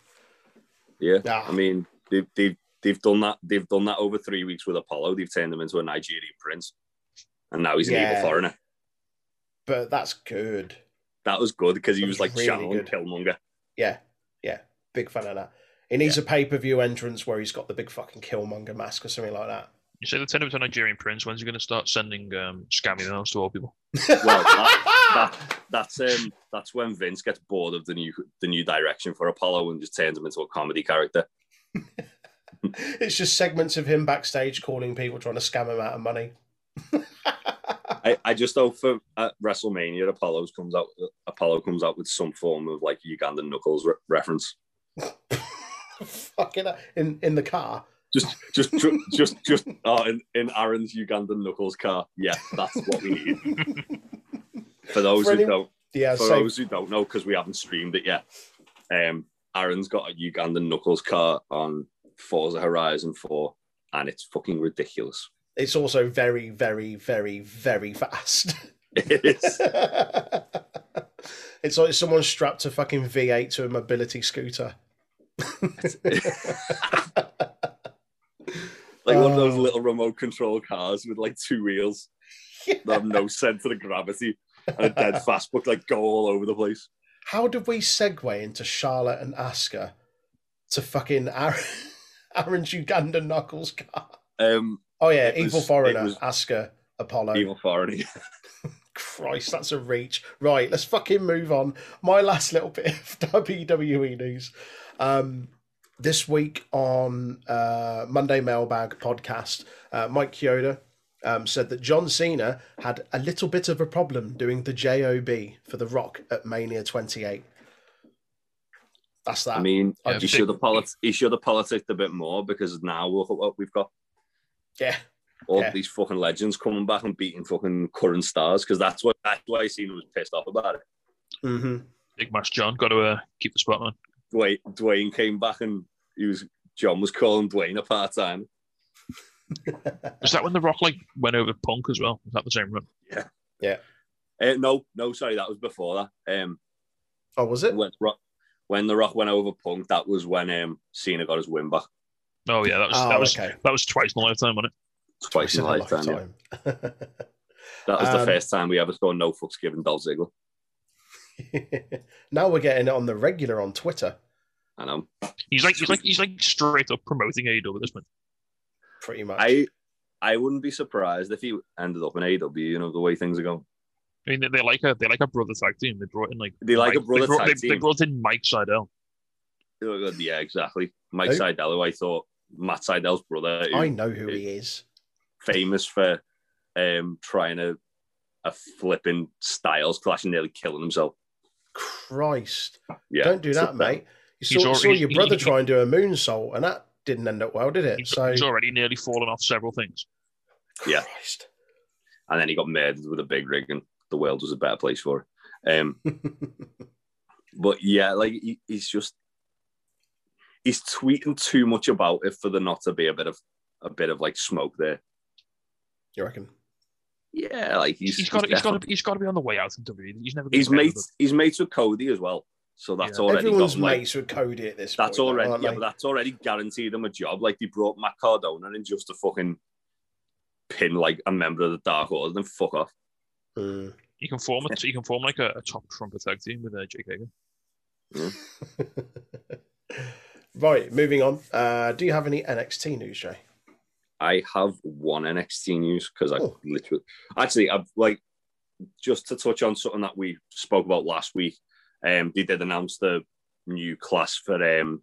Yeah,
Ah.
I mean, they've, they've they've done that. They've done that over three weeks with Apollo. They've turned him into a Nigerian prince, and now he's an
Yeah.
evil foreigner.
But that's good.
That was good because he
That
was
was
like
really
channeling
good.
Killmonger.
Yeah. Yeah. Big fan of that. He needs a pay per view entrance where he's got the big fucking Killmonger mask or something like that.
You say the ten of a Nigerian prince. When's he going to start sending um, scam emails to all people?
Well, that, that, that's um, that's when Vince gets bored of the new the new direction for Apollo and just turns him into a comedy character.
<laughs> it's just segments of him backstage calling people trying to scam him out of money. <laughs>
I, I just hope for at WrestleMania Apollo's comes out Apollo comes out with some form of like Ugandan knuckles re- reference.
<laughs> fucking hell. in in the car.
Just just ju- just just oh, in, in Aaron's Ugandan knuckles car. Yeah, that's what we need.
<laughs>
For those
For
who
any-
don't
Yeah,
for
so
those who don't know, because we haven't streamed it yet, um, Aaron's got a Ugandan Knuckles car on Forza Horizon 4, and it's fucking ridiculous. <laughs>
it's also very, very, very, very fast. <laughs>
It's,
it's like someone strapped a fucking V8 to a mobility scooter.
like one of those
Oh.
little remote control cars with like two wheels
<laughs>
that have no center of gravity and a dead fast book, like go all over the place.
How did we segue into Charlotte and Asuka to fucking <laughs> Aaron, Aaron's Uganda Knuckles car?
Um,
Oh, yeah,
It was-
Evil Foreigner,
it was-
Asuka, Apollo.
Evil Foreign.
Christ, that's a reach. Right, let's fucking move on. My last little bit of <laughs> WWE news. Um, this week on uh, Monday Mailbag podcast, uh, Mike Chioda um, said that John Cena had a little bit of a problem doing the JOB for The Rock at Mania 28. That's that.
I mean,
Yeah,
he
big-
should have polit- he should have politicked a bit more because now look at what we've got.
yeah.
all
Yeah.
these fucking legends coming back and beating fucking current stars because that's what that's why Cena was pissed off about it.
Mm-hmm. <laughs>
Big Mash John got to uh, keep the spot, man.
Dwayne, Dwayne came back and he was John was calling Dwayne a part time.
Was that when The Rock like went over Punk as well? Was that the same run?
Uh, no, no, sorry, that was before that. Um,
Oh, was it?
when Rock, when the Rock went over Punk, that was when um Cena got his win back
Oh yeah, that was
Oh,
that was
okay.
that was twice in a lifetime, wasn't
twice in a lifetime. yeah. That was the
Um,
first time we ever saw no fucks given Dolph Ziggler.
<laughs> now we're getting it on the regular on Twitter.
I know.
it? He's like he's like he's like straight up promoting AEW at this point.
Pretty much.
I I wouldn't be surprised if he ended up in AW. You know the way things are going.
I mean, they, they like a they like a brother tag team. They brought in like
They like a
Mike-
brother
they brought,
tag
they,
team.
they brought in Mike Seidel.
Oh, God, Yeah, exactly. Mike
Who?
Seidel, who I thought Matt Seidel's brother, who
I know who he is.
famous for um, trying a, a flipping styles clash and nearly killing himself.
Christ.
Yeah,
Don't do
so
that, mate. You
He's
saw,
al-
saw your
<laughs>
he's-
brother
he-
try and do a moonsault, and that didn't end up well, did it?
He's,
So,
he's already nearly fallen off several things.
Yeah.
Christ. <laughs>
And then he got murdered with a big rig, and the world was a better place for it. Um, but yeah, like he, he's just he's tweeting too much about it for there not to be a bit of a bit of like smoke there.
you reckon?
Yeah, like he's
he's got he's
definitely-
got he's got to be on the way out in WWE. He's never. gonna
he's
get over
mates he's mates with Cody as well, so that's
Yeah.
already
Everyone's
got, like,
mates with Cody at this point,
That's
though,
already
aren't
yeah,
they?
but that's already guaranteed them a job. Like they brought Matt Cardona and just to fucking pin like a member of the Dark Order, then fuck off.
Mm.
the- He can form a, he can form like a, a top trumpet tag team with uh, Jake Hager.
Hmm. <laughs> Right, moving on. Uh, do you have any NXT news, Jay?
I have one NXT news because I
Oh.
literally actually I've like just to touch on something that we spoke about last week. Um, they did announce the new class for um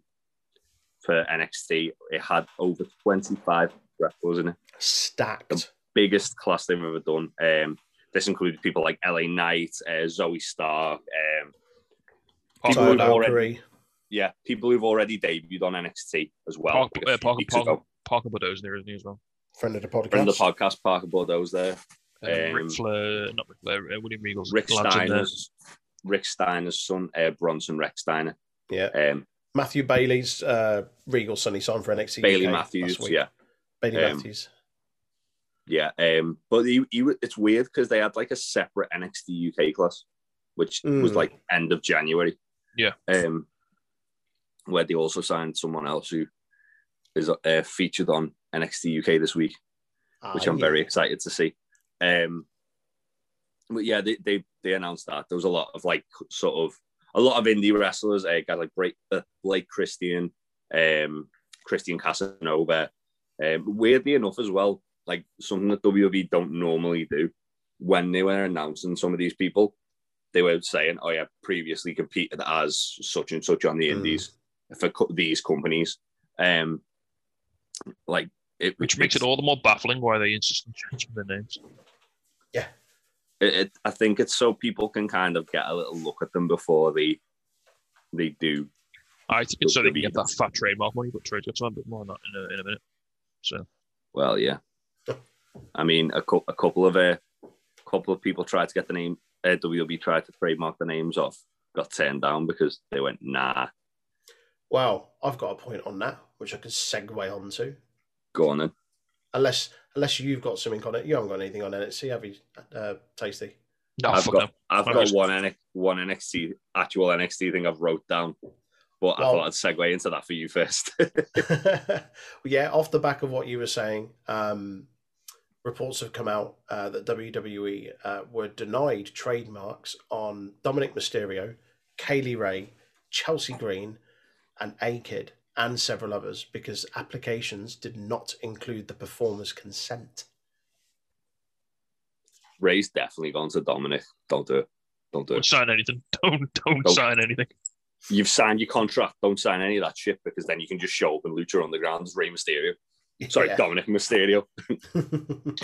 for NXT. It had over twenty five wrestlers in it.
Stacked.
biggest class they've ever done. Um, this included people like LA Knight, uh, Zoe Stark, um, People
Tyler
who've already-
Valkyrie.
yeah, people who've already debuted on NXT as well.
Park,
like a
uh,
few
Parker
weeks
Parker
ago.
Parker Bordeaux's there, isn't he as well?
Friend of the podcast.
Friend of the podcast, Parker Bordeaux's there.
Um, Ric
Um,
Flair, not Ric Flair, uh, William Regal's
Rick
lads in there.
Steiner's, Rick Steiner's son, uh, Bronson Rex Steiner.
Yeah.
Um,
Matthew Bailey's uh, Regal Sunny signed for NXT.
Bailey
UK last
Matthews,
week.
yeah,
Bailey
Um,
Matthews.
yeah. Um, but he, he, w- it's weird because they had like a separate NXT UK class, which was
Mm.
like end of January.
Yeah.
Um, where they also signed someone else who is uh, featured on NXT UK this week. which
Uh,
Ah,
I'm
yeah.
very excited to see. Um, but yeah, they, they they announced that there was a lot of like sort of a a lot of indie wrestlers, uh, guys like Blake, uh, Blake Christian, um, Christian Casanova. Um, weirdly enough, as well, like something that WWE don't normally do when they were announcing some of these people, they were saying, "Oh yeah, previously competed as such and such on the
Hmm.
Mm.
Indies for co- these companies." Um, like it,
which makes it all the more baffling why they insist on changing their names.
it, it, I think it's so people can kind of get a little look at them before they they do.
I think it's so they can get that fat trademark money, but trade gets on a bit more on that in a, in a minute. So
Well, yeah. I mean, a, cou- a couple of a couple of people tried to get the name. Uh, WB tried to trademark the names off, got turned down because they went, "Nah,
Well, I've got a point on that, which I could segue onto.
go on then."
Unless unless you've got something on it, you haven't got anything on NXT, have you, uh, Tasty? <laughs>
no,
I've
Oh, fuck
got I've
Fuck
got
it.
one NX, one NXT actual NXT thing I've wrote down, but I
Well-
thought I'd segue into that for you first. <laughs>
yeah, off the back of what you were saying, um, reports have come out uh, that WWE uh, were denied trademarks on Dominic Mysterio, Kaylee Ray, Chelsea Green, and A Kid, and several others because applications did not include the performer's consent.
Ray's definitely gone to Dominic. Don't do it. Don't do
no, don't
it.
sign anything. <laughs> Don't don't
Nope.
sign anything.
You've signed your contract. Don't sign any of that shit because then you can just show up in Lucha Underground as Ray Mysterio. Sorry,
Yeah.
Dominic Mysterio.
<laughs>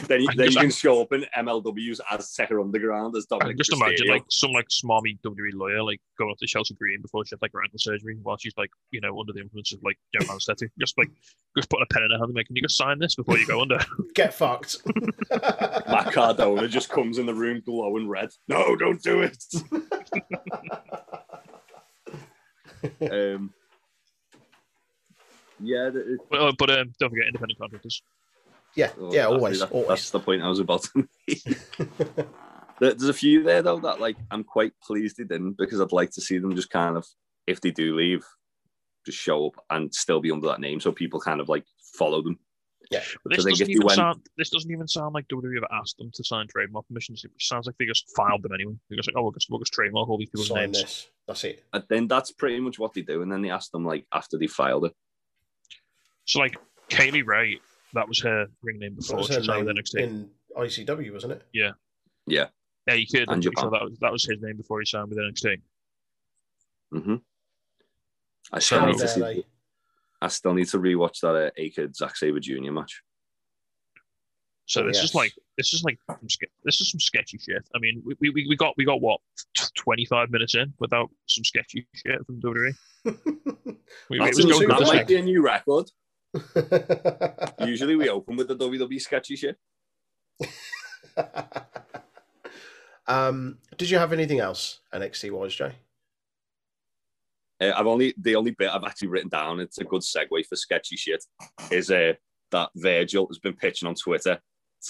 Then you,
I
then
just-
you can show up in MLWs as Second Underground as
I can
Dominic
just
Mysterio.
imagine like some like smarmy WWE lawyer like going up to Chelsea Green before she had like her ankle surgery while she's like you know under the influence of like general anesthetic, just like just putting a pen in her hand and making you just sign this before you go under. <laughs>
Get fucked. <laughs>
Matt Cardona just comes in the room glowing red. No, don't do it. <laughs> um, yeah, th- it-
but, uh, but um, don't forget independent contractors.
yeah,
oh,
yeah,
that's-
always,
that- That's
always.
the point I was about to make. There- There's a few there though that like I'm quite pleased they didn't because I'd like to see them just kind of if they do leave, just show up and still be under that name so people kind of like follow them.
But this
So they
doesn't
get-
even
when-
sound. This doesn't even sound like WWE ever asked them to sign trademark permissions. It sounds like they just filed them anyway. They just like, oh, we'll just, we'll just trademark all these people's
Sign
names.
this. That's it.
And then that's pretty much what they do. And then they ask them like after they filed it.
So like Kaylee Ray, that was her ring name
What
before
was
she
her
signed with
name
NXT.
in ICW, wasn't it?
yeah, you could. I'm
And
pretty sure
Japan.
that was, that was his name before he signed with NXT.
Mm-hmm. I
So-
still
How
need to
dare
see.
they? <laughs>
I still need to rewatch that uh, Akid Zack Saber Junior match.
So
Oh,
this
yes.
is like this is like some ske- this is some sketchy shit. I mean, we, we, we got we got what twenty five minutes in without some sketchy shit from WWE. We,
That's
it was
a-
going
going
to
that
good,
back.
might be a new record.
yeah,
Usually we open with the WWE sketchy shit.
um, did you have anything else NXT wise, Jay?
Uh, I've only the only bit I've actually written down. It's a good segue for sketchy shit. Is uh, that Virgil has been pitching on Twitter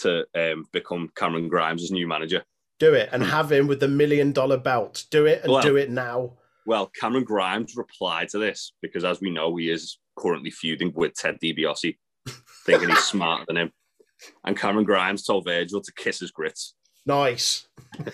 to um, become Cameron Grimes' new manager.
Do it and have him with the million dollar belt. Do it and
Well-
do it now.
Well, Cameron Grimes replied to this because, as we know, he is currently feuding with Ted DiBiase, thinking he's smarter than him. And Cameron Grimes told Virgil to kiss his grits.
Nice. <laughs>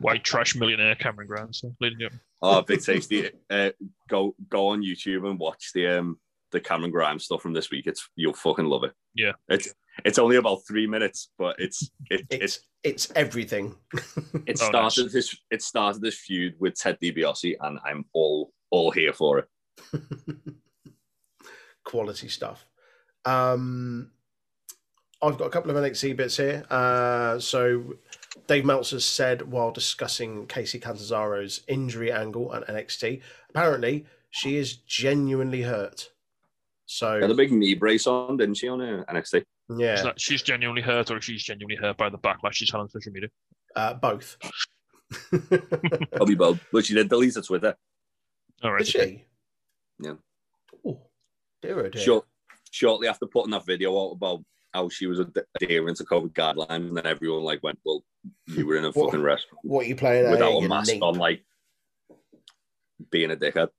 white trash millionaire Cameron Grant. So, ladies and gentlemen.
Oh, big tasty! Uh, go go on YouTube and watch the um the Cameron Grimes stuff from this week. It's you'll fucking love it.
Yeah.
it's it's only about three minutes, but it's it it,
It's it's everything.
it
Oh, nice.
started this it started this feud with Ted DiBiase, and I'm all all here for it.
Quality stuff. Um, I've got a couple of NXT bits here. Uh, so Dave Meltzer said while discussing Casey Cantanzaro's injury angle at NXT, apparently she is genuinely hurt. So
Had a big knee brace on, didn't she, on uh, NXT?
Is
yeah,
that she's genuinely hurt, or she's genuinely hurt by the backlash she's had on social media.
uh,
<laughs>
both.
Probably both, but she did delete her Twitter.
All right,
Did she?
Yeah.
Oh, dear, oh dear.
Short, shortly after putting that video out about how she was adhering to COVID guidelines, and then everyone like went, "Well, you were in a
What-
fucking rest
What are you playing at?
without
you
a mask
neep?
on, like being a dickhead."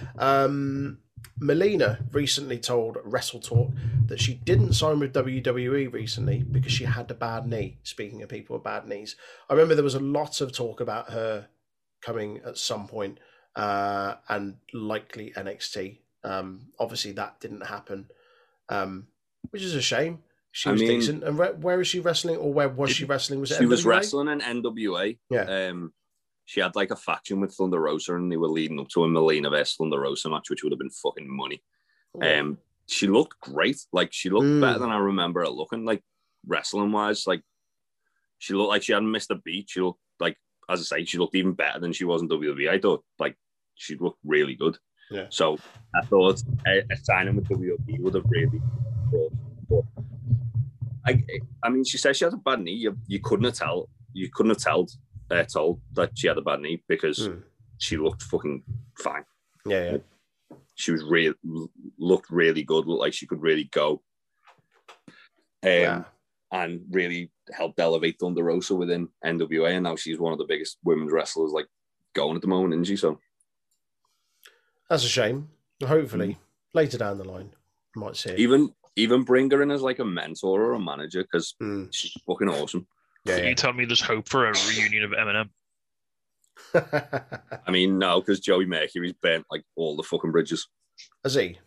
<laughs> um, Melina recently told Wrestle Talk that she didn't sign with WWE recently because she had a bad knee. Speaking of people with bad knees, I remember there was a lot of talk about her coming at some point uh, and likely NXT. Um, obviously, that didn't happen, um, which is a shame. She
I
was
mean-
decent. And where, where is she wrestling, or where was she wrestling? Was it
She was
NWA?
wrestling in NWA.
Yeah.
Um, she had like a faction with Thunder Rosa, and they were leading up to a Melina vs Thunder Rosa match, which would have been fucking money. Um, she looked great. Like she looked
Mm.
better than I remember her looking. Like wrestling wise, like she looked like she hadn't missed a beat. She looked like, as I say, she looked even better than she was in WWE. I thought like she looked really good.
Yeah.
So I thought a, a signing with WWE would have really brought. But I, I mean, she said she had a bad knee. You, you couldn't have tell. You couldn't have told uh, told that she had a bad knee because
Mm.
she looked fucking fine
yeah, yeah.
um, she was real looked really good looked like she could really go um,
Yeah.
and really helped elevate Thunder Rosa within NWA and now she's one of the biggest women's wrestlers like going at the moment isn't she so
That's a shame. Hopefully, later down the line, we might see. It.
even even bring her in as like a mentor or a manager because
Mm,
she's fucking awesome
So
yeah,
you tell me there's hope for a reunion of Eminem.
yeah.
I mean no because Joey Mercury's burnt like all the fucking bridges
<laughs> Has he?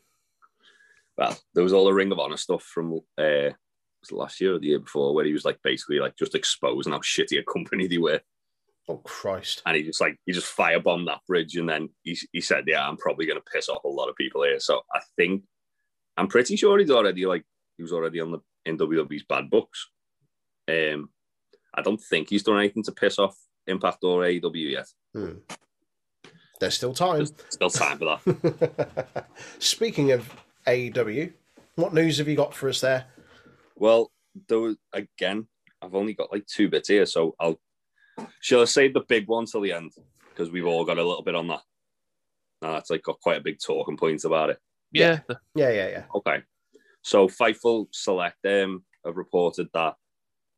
well, there was all the Ring of Honor stuff from uh, was it last year or the year before where he was like basically like just exposing how shitty a company they were
Oh Christ!
and he just like he just firebombed that bridge and then he, he said yeah i'm probably going to piss off a lot of people here so i think i'm pretty sure he's already like he was already on the in wwe's bad books um i don't think he's done anything to piss off impact or aew yet
There's still time.
there's still time for that
<laughs> Speaking of AEW, what news have you got for us there?
well there was, again i've only got like two bits here so i'll shall i save the big one till the end because we've all got a little bit on that now that's like got quite a big talking points about it
Yeah, the-
Yeah, yeah, yeah.
Okay. So Fightful Select um, have reported that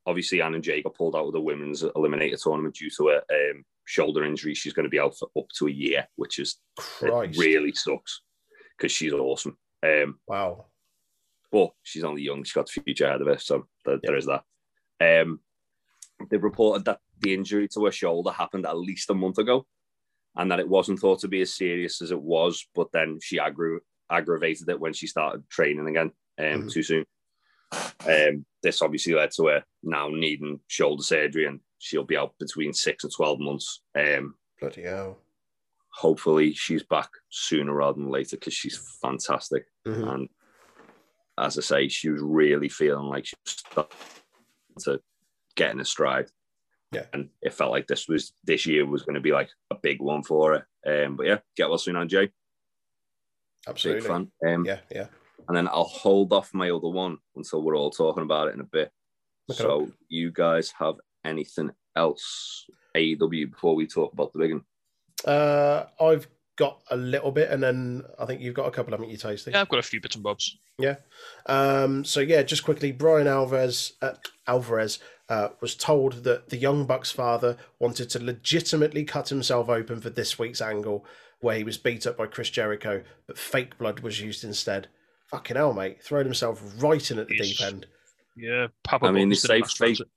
obviously Anna Jay got pulled out of the women's eliminator tournament due to a um, shoulder injury. She's going to be out for up to a year, which is it
Christ!
really sucks because she's awesome. Um,
Wow.
but she's only young; she's got the future ahead of her, so there, there is that. Um, they reported that the injury to her shoulder happened at least a month ago, and that it wasn't thought to be as serious as it was. But then she aggra- aggravated it when she started training again um,
Mhm.
too soon. Um, this obviously led to her now needing shoulder surgery, and she'll be out between six and twelve months. Um,
Bloody hell.
hopefully, she's back sooner rather than later because she's fantastic
Mhm.
and as I say, she was really feeling like she was starting to get in a stride.
Yeah.
and it felt like this was this year was going to be like a big one for her. Um, but yeah, get well soon, Jay.
Absolutely.
Big fan. Um,
Yeah, yeah.
and then I'll hold off my other one until we're all talking about it in a bit.
Look it
so, you guys have anything else AEW before we talk about the big one?
Uh, I've got a little bit, and then I think you've got a couple, haven't you, Tasty?
yeah, I've got a few bits and bobs.
Um, so yeah, just quickly, Brian Alvarez uh, Alvarez uh, was told that the young buck's father wanted to legitimately cut himself open for this week's angle, where he was beat up by Chris Jericho, but fake blood was used instead. Fucking hell, mate! Thrown himself right in at the
Yes.
deep end.
Yeah, Papa.
I mean,
Bucks
they
did a
say
master at
fake-
it.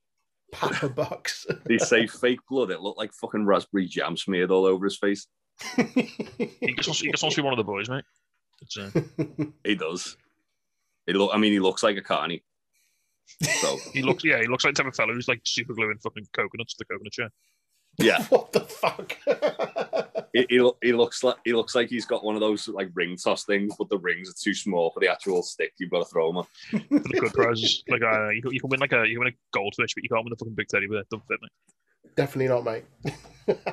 Papa Bucks. <laughs>
They say fake blood. It looked like fucking raspberry jam smeared all over his face.
<laughs> He just, wants, he just wants to be one of the boys, mate. It's, uh,
He does. He look. I mean, he looks like a carny. So <laughs>
he looks, yeah, he looks like the type of fellow who's like super gluing fucking coconuts to the coconut chair.
yeah,
<laughs> what the fuck?
he, he, lo- he looks like he looks like he's got one of those like ring toss things, but the rings are too small for the actual stick. You've got to throw them on.
For the good prizes, like uh, you, can- you can win like a you can win a goldfish, but you can't win the fucking big teddy bear. Don't fit, mate.
Definitely not, mate.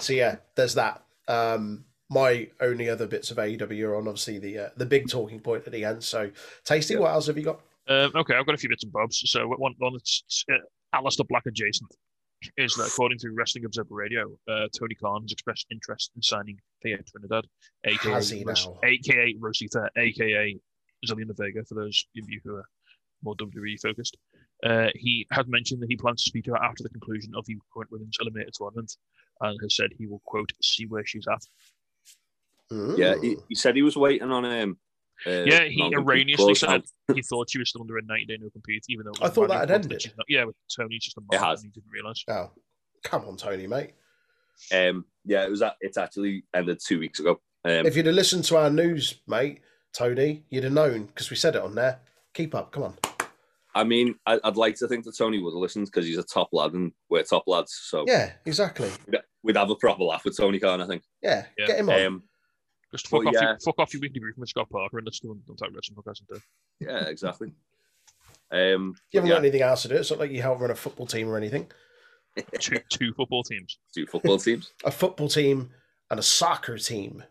so yeah, there's that. Um, my only other bits of AEW are on obviously the uh, the big talking point at the end. So, Tasty, what else have you got?
Um, okay, I've got a few bits and bobs. So one, one that's uh, Alistair Black adjacent is that according to Wrestling Observer Radio, uh, Tony Khan has expressed interest in signing Thea Trinidad, aka
Has he
Ros-
now?
aka Rosita, aka Zelina Vega. For those of you who are more WWE focused, uh, he has mentioned that he plans to speak to her after the conclusion of the current women's eliminator tournament, and has said he will quote see where she's at. Mm.
Yeah, he, he said he was waiting on um Uh,
Yeah, he
non-compete
erroneously
clause.
said he thought she was still under a 90 day no compete, even though it
I
was
thought
Mandy
that had
Paul, but
ended.
she's Not, yeah, with Tony's just a
It
man
has.
and he didn't realise.
Oh, come on, Tony, mate.
Um, yeah, it was. At, it's actually ended two weeks ago. Um,
If you'd have listened to our news, mate, Tony, you'd have known because we said it on there. Keep up, come on.
I mean, I, I'd like to think that Tony would have listened because he's a top lad and we're top lads.
Oh.
So
Yeah, exactly.
we'd- we'd have a proper laugh with Tony Khan, I think.
Yeah,
Yeah.
get him on.
Um,
Just
Well,
fuck, off
yeah.
your, fuck off your weekly briefing with Scott Parker and listen to him on Talk Wrestling Podcast and do.
yeah, exactly. Um,
you haven't
yeah,
got anything else to do. It's not like you help run a football team or anything.
<laughs>
Two, two football teams.
two football teams,
A football team and a soccer team.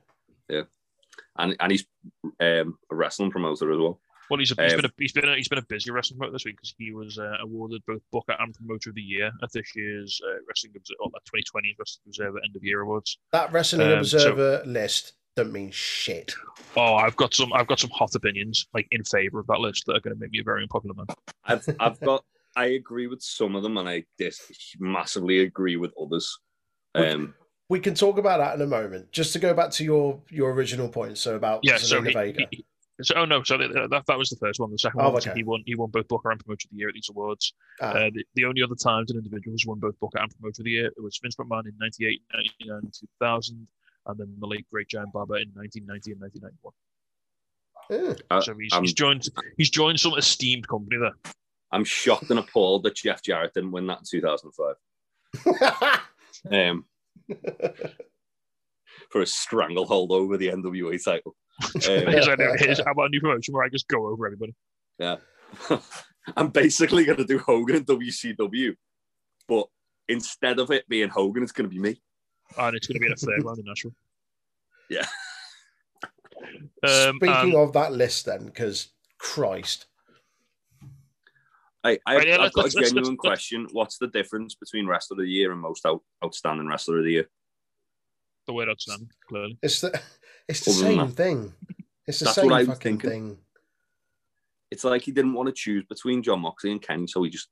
and and he's um, a wrestling promoter as well.
Well, he's, a, he's
Um,
been a he's been a, he's been a busy wrestling promoter this week because he was uh, awarded both Booker and Promoter of the Year at this year's uh, Wrestling Observer, well, that 2020 Wrestling Observer End of Year Awards.
That Wrestling
Um, so-
Observer list don't mean shit.
Oh, I've got some I've got some hot opinions like in favour of that list that are going to make me a very unpopular man.
I've I've got I agree with some of them, and I dis- massively agree with others. Um,
We can talk about that in a moment. Just to go back to your your original point, so about
Yeah, so
Zelina
he,
Vega.
he- so oh no, so th- th- that, that was the first one. The second
Oh,
one was
okay.
he won he won both Booker and Promoter of the Year at these awards.
Ah,
Uh, the, the only other times an individual has won both Booker and Promoter of the Year it was Vince McMahon in 98, 99, 2000, and then the late great John Barber in 1990 and 1991.
<laughs>
uh,
eh.
I,
So he's,
I'm-
he's joined he's joined some esteemed company there.
I'm shocked and appalled that Jeff Jarrett didn't win that in 2005 um, for a stranglehold over the NWA title. Um,
Here's, here's, how about a new promotion where I just go over everybody?
Um, <laughs> I'm basically going to do Hogan and WCW, but instead of it being Hogan, it's going to be me.
And it's going to be in a third round in Nashville.
Yeah.
Um,
Speaking
and-
of that list, then, because Christ,
I, I,
Right, yeah,
I've
let's-
got a
let's- let's-
genuine
let's-
question. What's the difference between Wrestler of the Year and Most out, Outstanding Wrestler of the Year?
the word outstanding, clearly.
it's the it's the
Other than
same
that.
thing. It's the
That's
same
what I was
fucking
thinking.
thing.
It's like he didn't want to choose between John Moxley and Kenny, so he just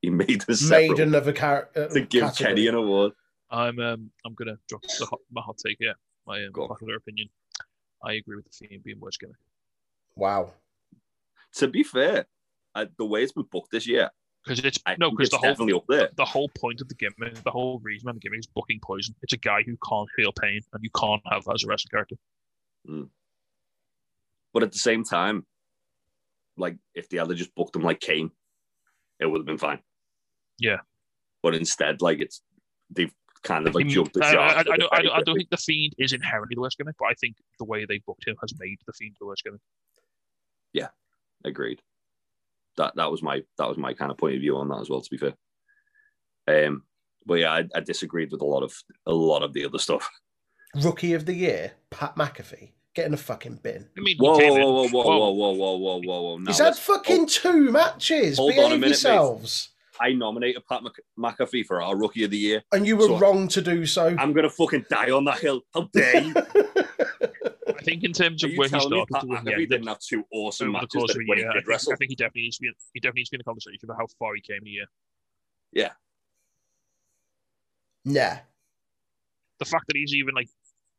he made a separate
Made another uh, character
<laughs> to give Kenny an award.
I'm um, I'm gonna drop the hot, my hot take here. My um,
Go on.
popular opinion. I agree with the theme being worst gimmick.
Wow.
To be fair, uh the way it's been booked this year,
Because it's
I
no,
think
because
it's
the whole
definitely up there.
the whole point of the gimmick, the whole reason behind the gimmick is booking poison. It's a guy who can't feel pain, and you can't have that as a wrestling character.
But at the same time, like if they had just booked him like Kane, it would have been fine.
Yeah.
But instead, like it's they've kind of like
Him-
jumped the
I, I, I,
shark.
don't- I, don't- I don't think the fiend is inherently the worst gimmick, but I think the way they booked him has made the fiend the worst gimmick.
agreed. That that was my that was my kind of point of view on that as well. To be fair, um, but yeah, I, I disagreed with a lot of a lot of the other
<laughs>
stuff.
Rookie of the year, Pat McAfee. Get in the fucking bin.
I mean, he
Whoa,
came
whoa,
in-
whoa, whoa, whoa, whoa, whoa, whoa, whoa, whoa! Now
He's had
let's-
fucking two matches.
Hold on a
Behave
minute, mate.
yourselves.
I nominated Pat Mc- McAfee for our Rookie of the Year.
And you were
So-
wrong to do so.
I'm gonna fucking die on that hill. How dare
<laughs>
you?
I think in terms
Are
of
you
where he
telling me
started
Pat
to where he
McAfee
ended,
didn't have two awesome
over the
matches
course of
that
a
when he
year, I
did
think, <laughs>
wrestle?
I think he definitely needs to be in, he definitely needs to be in the conversation about how far he came in a year.
<laughs> nah.
the fact that he's even like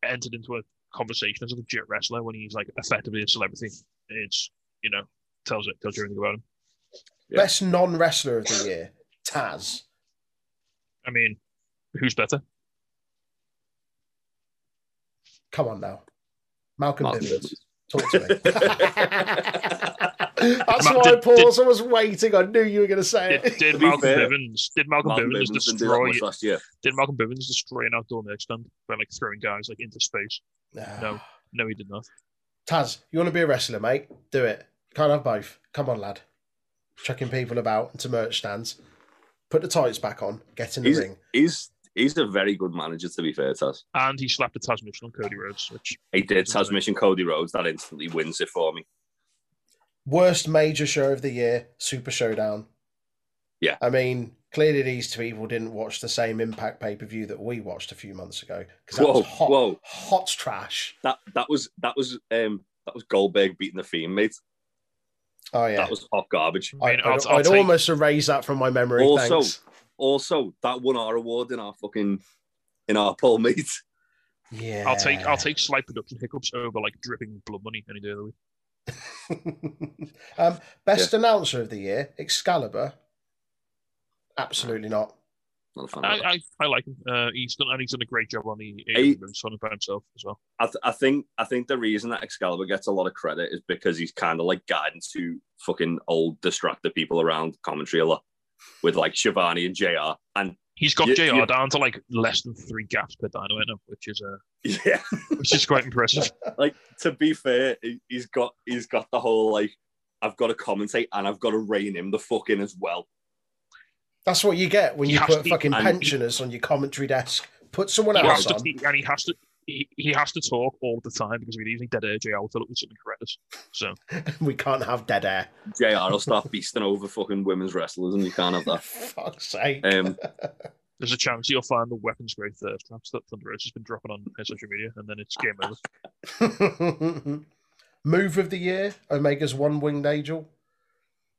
entered into a conversation as a legit wrestler when he's like effectively a celebrity, it's you know tells it tells you everything about him.
Yeah.
Best non wrestler of the year, Taz.
I mean, who's better?
Come on now. Malcolm
Martin
Bivens.
Bivens.
Talk to
<laughs>
me.
<laughs>
That's
Ma-
why I
did-
paused. I was waiting. I knew you were going to say
Did,
it.
did
Uh, be
Malcolm
fair,
Bivens? Did Malcolm,
Malcolm
Bivens,
Bivens didn't do that
destroy?
much last year.
Did Malcolm Bivens destroy an outdoor merch stand by like throwing guys like into space? No. No, he did not.
Taz, you want to be a wrestler, mate? Do it. Can't have both. Come on, lad. Chucking people about into merch stands. Put the tights back on. Get in the
He's-
ring.
He's he's a very good manager. To be fair, Taz.
And he slapped a Taz Mitchell on Cody Rhodes, which
He did. Taz Mission Cody Rhodes that instantly wins it for me.
Worst major show of the year, Super Showdown.
Yeah.
I mean, clearly these two people didn't watch the same Impact pay per view that we watched a few months ago because that
Whoa,
was hot,
whoa.
hot trash.
That that was that was um that was Goldberg beating the Fiend, mate.
Oh yeah,
That was hot garbage.
I,
I mean, I'll-
would
I'll
I'd
take-
almost erase that from my memory.
Also-
thanks.
Also, that won our award in our fucking in our poll, <laughs> mate.
Yeah.
I'll take I'll take slight production hiccups over like dripping blood money any day of the
<laughs>
week.
um, best announcer of the year, Excalibur. Absolutely not.
Not a fan of that.
I, I, I like him. Uh, he's done and he's done a great job on the
Hey.
son by himself as well.
I, th- I think I think the reason that Excalibur gets a lot of credit is because he's kind of like guidance to fucking old distracted people around commentary a lot with like Shivani and JR and <laughs>
He's got
Yeah,
JR
yeah.
down to like less than three gaps per dynamite now, which is uh,
yeah
which is quite impressive.
like to be fair he- he's got he's got the whole like I've got to commentate and I've got to rein him the fuck in as well
That's what you get when
He
you
has
put
to-
fucking
and-
pensioners on your commentary desk. Put someone
he
Yeah,
has
else
to,
on.
he, and he has to he, he has to talk all the time because if he leaves any dead air, JR will fill it with something horrendous. So
We can't have dead air.
JR will start beasting over fucking women's wrestlers and you can't have that
<laughs> Fuck's sake.
um
there's a chance you'll find the weapons grade thirst traps that Thunder Rose has been dropping on her social media, and then it's game over.
<laughs> Move of the year, Omega's one winged angel.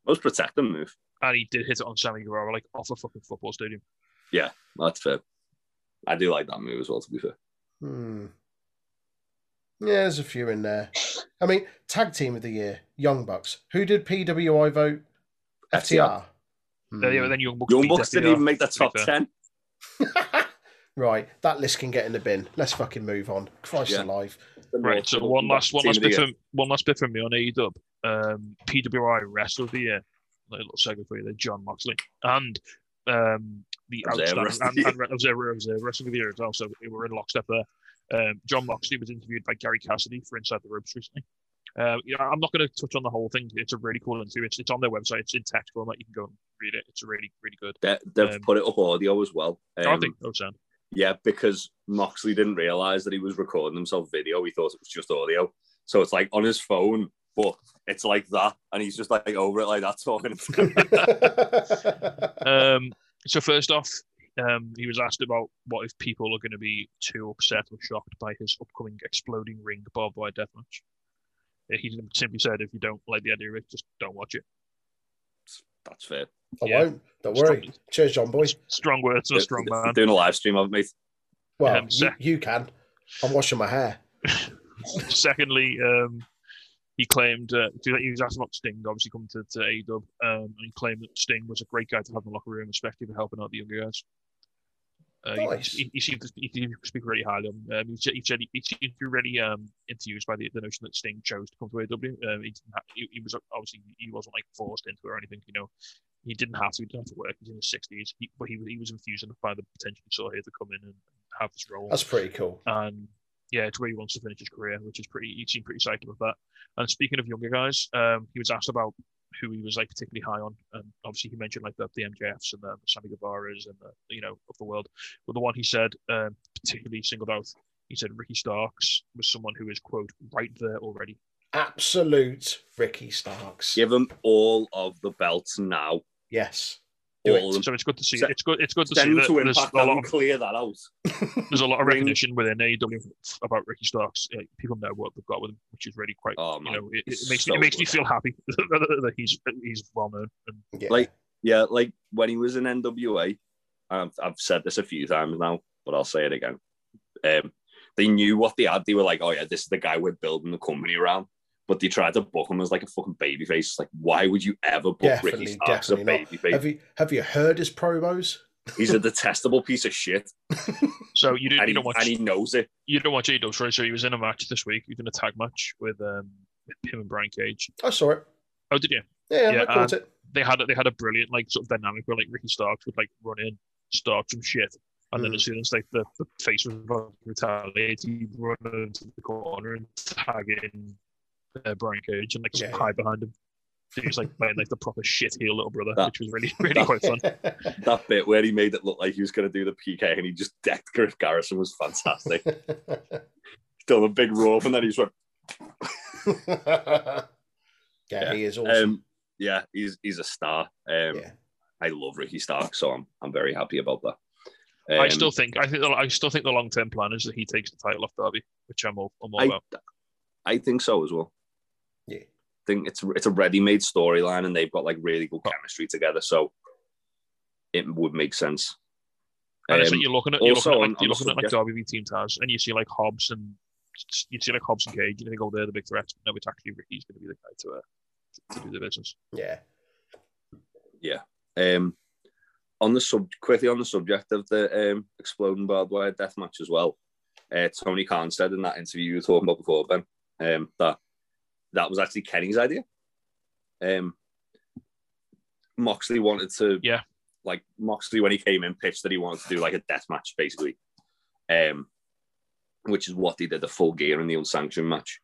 most protecting move
And he did hit it on Sammy Guevara like off a fucking football stadium.
that's fair I do like that move as well to be fair
Hmm. Yeah, there's a few in there. I mean, tag team of the year, Young Bucks. Who did PWI vote? FTR.
Uh, yeah, but then Young Bucks,
Hmm. Young
beat
Bucks
FDR.
didn't even make the
to be
top
fair.
ten
Hmm. <laughs> right, that list can get in the bin. Let's fucking move on. Christ
Yeah. <laughs>
alive. <laughs>
Right, so one last one
Team
last
of the
bit
year.
from one last bit from me on AEW. Um, PWI Wrestle of the Year, a little segue for you there, John Moxley, and um, the
Observer Wrestle of <laughs>
outstanding and,
the
and Re- Observer, Observer Wrestle of the Year as well. So we were in lockstep there. Um, John Moxley was interviewed by Gary Cassidy for Inside the Ropes recently. Uh, you know, I'm not going to touch on the whole thing. It's a really cool interview. It's, it's on their website. It's in text format. You can go and read it. It's really really good.
They, they've
Um,
put it up audio as well.
I
Um,
think oh, sound.
yeah, because Moxley didn't realize that he was recording himself video. He thought it was just audio. So it's like on his phone, but it's like that. And he's just like over it like that
<laughs>
talking.
um, so first off, um, he was asked about what if people are going to be too upset or shocked by his upcoming exploding ring barbed wire death match. He simply said, "If you don't like the idea of it, just don't watch it."
That's fair.
I
Yeah.
won't. Don't worry. Cheers, John Boy.
Strong words and a strong
They're
man.
Doing a live stream of it, mate.
Well,
Um,
you,
sec-
you can. I'm washing my hair.
<laughs> Secondly, um, he claimed uh, he was asked about Sting, obviously coming to, to AEW, um, and he claimed that Sting was a great guy to have in the locker room, especially for helping out the younger guys. Uh, he-
Nice.
he, he, seemed to he seemed to speak really highly of him. Um, he, said- he said he, he seemed to be really um, enthused by the, the notion that Sting chose to come to AEW. Um, he, didn't ha- he, he was obviously he wasn't like forced into it or anything. You know, he didn't have to. He didn't have to work. He's in his sixties, he, but he, he was enthused enough by the potential he saw here to come in and have this role
That's pretty cool.
and yeah, it's where he wants to finish his career, which is pretty. He seemed pretty psyched about that. And speaking of younger guys, um, he was asked about who he was like particularly high on, and obviously he mentioned like the, the MJFs and the Sammy Guevara's and the you know of the world. But the one he said um, particularly singled out, he said Ricky Starks was someone who is quote right there already.
Absolute Ricky Starks.
Give him all of the belts now.
Yes. Do
All of them.
So it's good to see.
Send-
It's good. It's good to see
Send him
that
to
there's
impact
a
and
lot of
clear that out.
there's a lot
<laughs>
of
Ring.
recognition within AEW about Ricky Starks. Uh, people know what they've got with him, which is really quite.
Oh,
you
man.
know, it, it
he's
makes
so
me, it makes me
good.
feel happy <laughs> that he's he's well known. And
Yeah.
Like- Yeah, like when he was in NWA, and I've, I've said this a few times now, but I'll say it again. Um, they knew what they had. They were like, "Oh yeah, this is the guy we're building the company around." But they tried to book him as like a fucking babyface. It's Like, why would you ever book
Definitely,
Ricky Starks as a
definitely
babyface?
have you have you heard his promos?
He's a detestable piece of <laughs> shit,
so you do
and
you
he,
don't
and
watch
he knows it.
you don't watch AEW, sorry. So he was in a match this week. He was in a tag match with um with him and Brian Cage.
I saw it.
Oh, did you?
Yeah,
Yeah,
I caught it.
They had a- they had a brilliant like sort of dynamic where like Ricky Starks would like run in, start some shit. And then
Mm.
as soon as like the, the face was about to retaliate, he'd run into the corner and tag in uh, Brian Cage and like
Yeah.
hide behind him. So he was like playing like the proper shit heel little brother,
That-
which was
<laughs>
really really quite fun.
That bit where he made it look like he was going to do the PK, and he just decked Griff Garrison was
<laughs>
fantastic. <laughs> Still a big roar, and then he just went.
yeah, he is awesome.
Um, yeah, he's he's a star. Um,
yeah.
I love Ricky Stark, so I'm I'm very happy about that.
I
Um,
still think I think the, I still think the long term plan is that he takes the title off Derby, which I'm all, I'm all
I,
about.
I think so as well.
Yeah.
I think it's it's a ready-made storyline, and they've got like really good chemistry together, so it would make sense.
And that's
Um,
what you're looking at. You're
also
looking at,
on-
like, you're
on the
looking at like
subject-
Derby v Team Taz, and you see like Hobbs and you see like Hobbs and Cage, and you think, oh, they're the big threats. But no, it's actually Ricky's going to be the guy to, uh, to do the business.
Yeah.
Um, on the sub quickly on the subject of the um, exploding barbed wire death match as well. Uh, Tony Khan said in that interview you were talking about before, Ben, um, that that was actually Kenny's idea. Um, Moxley wanted to,
Yeah.
like Moxley when he came in, pitched that he wanted to do like a death match basically, um, which is what they did the full gear in the unsanctioned match.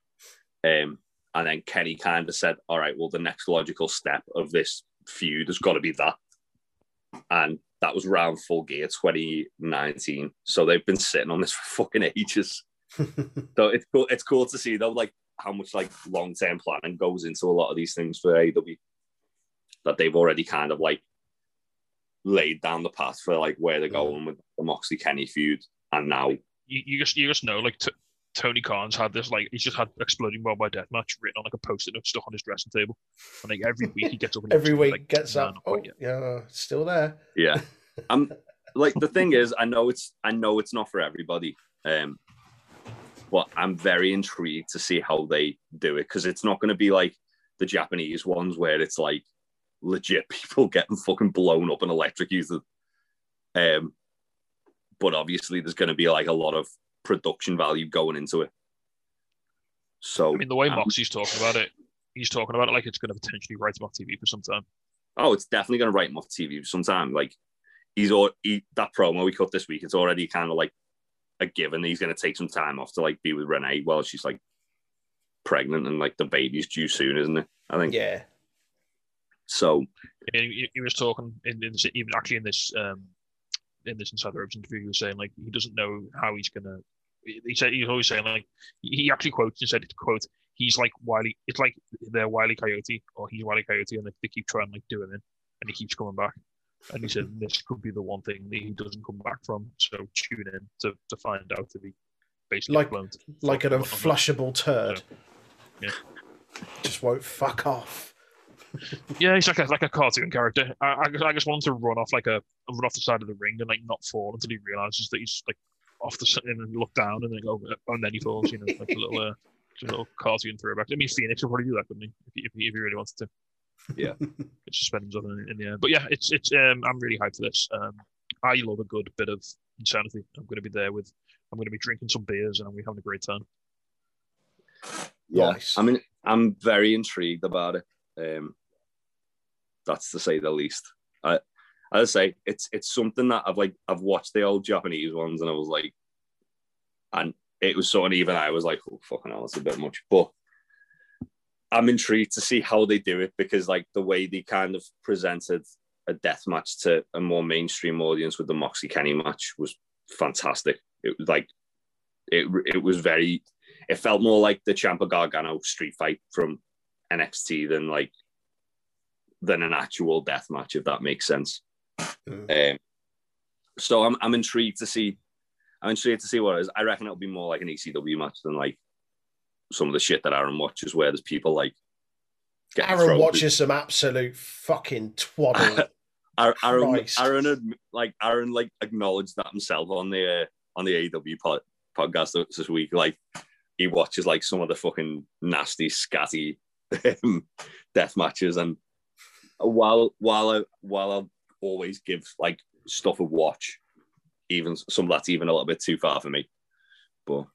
Um, and then Kenny kind of said, "All right, well, the next logical step of this feud has got to be that." and that was round full gear 2019. So they've been sitting on this <laughs> for fucking ages. so it's cool. It's cool to see though, like how much like long term planning goes into a lot of these things for AW that they've already kind of like laid down the path for like where they're going with the Moxley Kenny feud, and now
You, you just you just know like t- Tony Khan's had this like he's just had exploding bomb by death match written on like a post-it note stuck on his dressing table, and like every week he
<laughs>
gets up and
Every
he's
week
like,
gets
"Nah,
up.
not
Oh,
quite yet."
yeah, still there.
Yeah. I'm like the thing is, I know it's I know it's not for everybody. Um but I'm very intrigued to see how they do it because it's not gonna be like the Japanese ones where it's like legit <laughs> people getting fucking blown up and electrocuted. Um but obviously there's gonna be like a lot of production value going into it. So
I mean, the way
um,
Moxie's talking about it, he's talking about it like it's going to potentially write him off TV for some time.
oh, it's definitely going to write him off TV sometime. Like he's all he, that promo we cut this week. It's already kind of like a given. that He's going to take some time off to like be with Renee while she's like pregnant and like the baby's due soon, isn't it? I think
Yeah.
so.
And he, he was talking in, in this, even actually in this um, in this Inside the Ropes interview, he was saying like he doesn't know how he's gonna. He he said he's always saying like he he actually quotes and said quote he's like Wiley. It's like they're Wiley Coyote or he's Wiley Coyote, and they, they keep trying like do him in, and he keeps coming back. And
<laughs>
he said this could be the one thing that he doesn't come back from. So tune in to, to find out if he basically
Like-
won't.
Like an
Fuck off.
unflushable turd.
Yeah.
Just won't fuck off.
Yeah, he's like a like a cartoon character. I, I, just- I just want him to run off like a run off the side of the ring and like not fall until he realizes that he's like off the side and then look down and then go and then he falls. You know, like a little uh, just a little cartoon throwback. I mean, Phoenix would probably do that, wouldn't he? If he, if he, if he really wanted to.
Yeah.
It's just spend himself in, in the air. But yeah, it's it's um I'm really hyped for this. Um, I love a good bit of insanity. I'm going to be there with. I'm going to be drinking some beers and we're having a great time.
Yeah,
Nice.
I mean, I'm very intrigued about it. Um, that's to say the least. I, as I say, it's it's something that I've like I've watched the old Japanese ones, and I was like, and it was sort of even I was like, oh fucking hell, that's a bit much. But I'm intrigued to see how they do it because like the way they kind of presented a death match to a more mainstream audience with the Moxie Kenny match was fantastic. It was like it it was very it felt more like the Champa Gargano street fight from NXT than like than an actual death match, if that makes sense.
Mm.
Um, so I'm I'm intrigued to see I'm intrigued to see what it is. I reckon it'll be more like an ECW match than like some of the shit that Aaron watches, where there's people like getting
Aaron
thrown-
watches some absolute fucking
<laughs>
twaddle.
Ar- Aaron,
Christ.
Aaron, adm- like Aaron, like acknowledged that himself on the uh, on the AW pod, podcast this week. Like he watches like some of the fucking nasty, scatty um, death matches, and while while I while I always give like stuff a watch, even some of that's even a little bit too far for me. But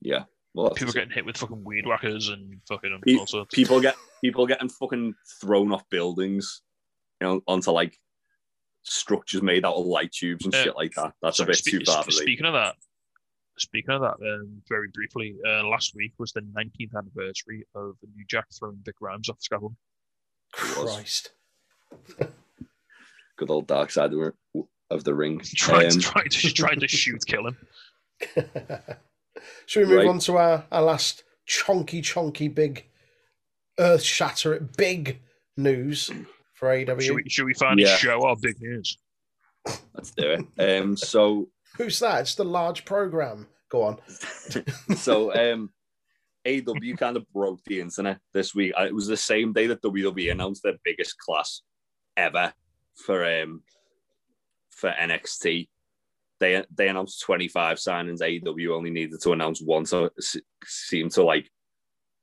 yeah, well,
People getting hit with fucking weed whackers and fucking
Pe-
all sorts.
people get people getting fucking thrown off buildings, you know, onto like structures made out of light tubes and
Yeah.
shit like that. That's a
Sorry,
bit
spe-
too far for
sp-
me.
Speaking of that, speaking of that, um, very briefly, uh, last week was the 19th anniversary of the New Jack throwing Vic Rams off the scaffold. <laughs>
Christ. <laughs>
Good old dark side of the- of the ring.
Trying,
Um,
to, trying, to, trying to shoot, kill him.
Should we move
Right.
on to our, our last chonky, chonky, big, earth shattering, big news for AW?
Should we, should we finally
Yeah.
show our big news?
let's do it. Um, so
Who's that? It's the large program. Go on.
so um, AW kind of broke the internet this week. Uh, It was the same day that WWE announced their biggest class ever for um for NXT. they they announced 25 signings. AEW only needed to announce one, so it s- seemed to like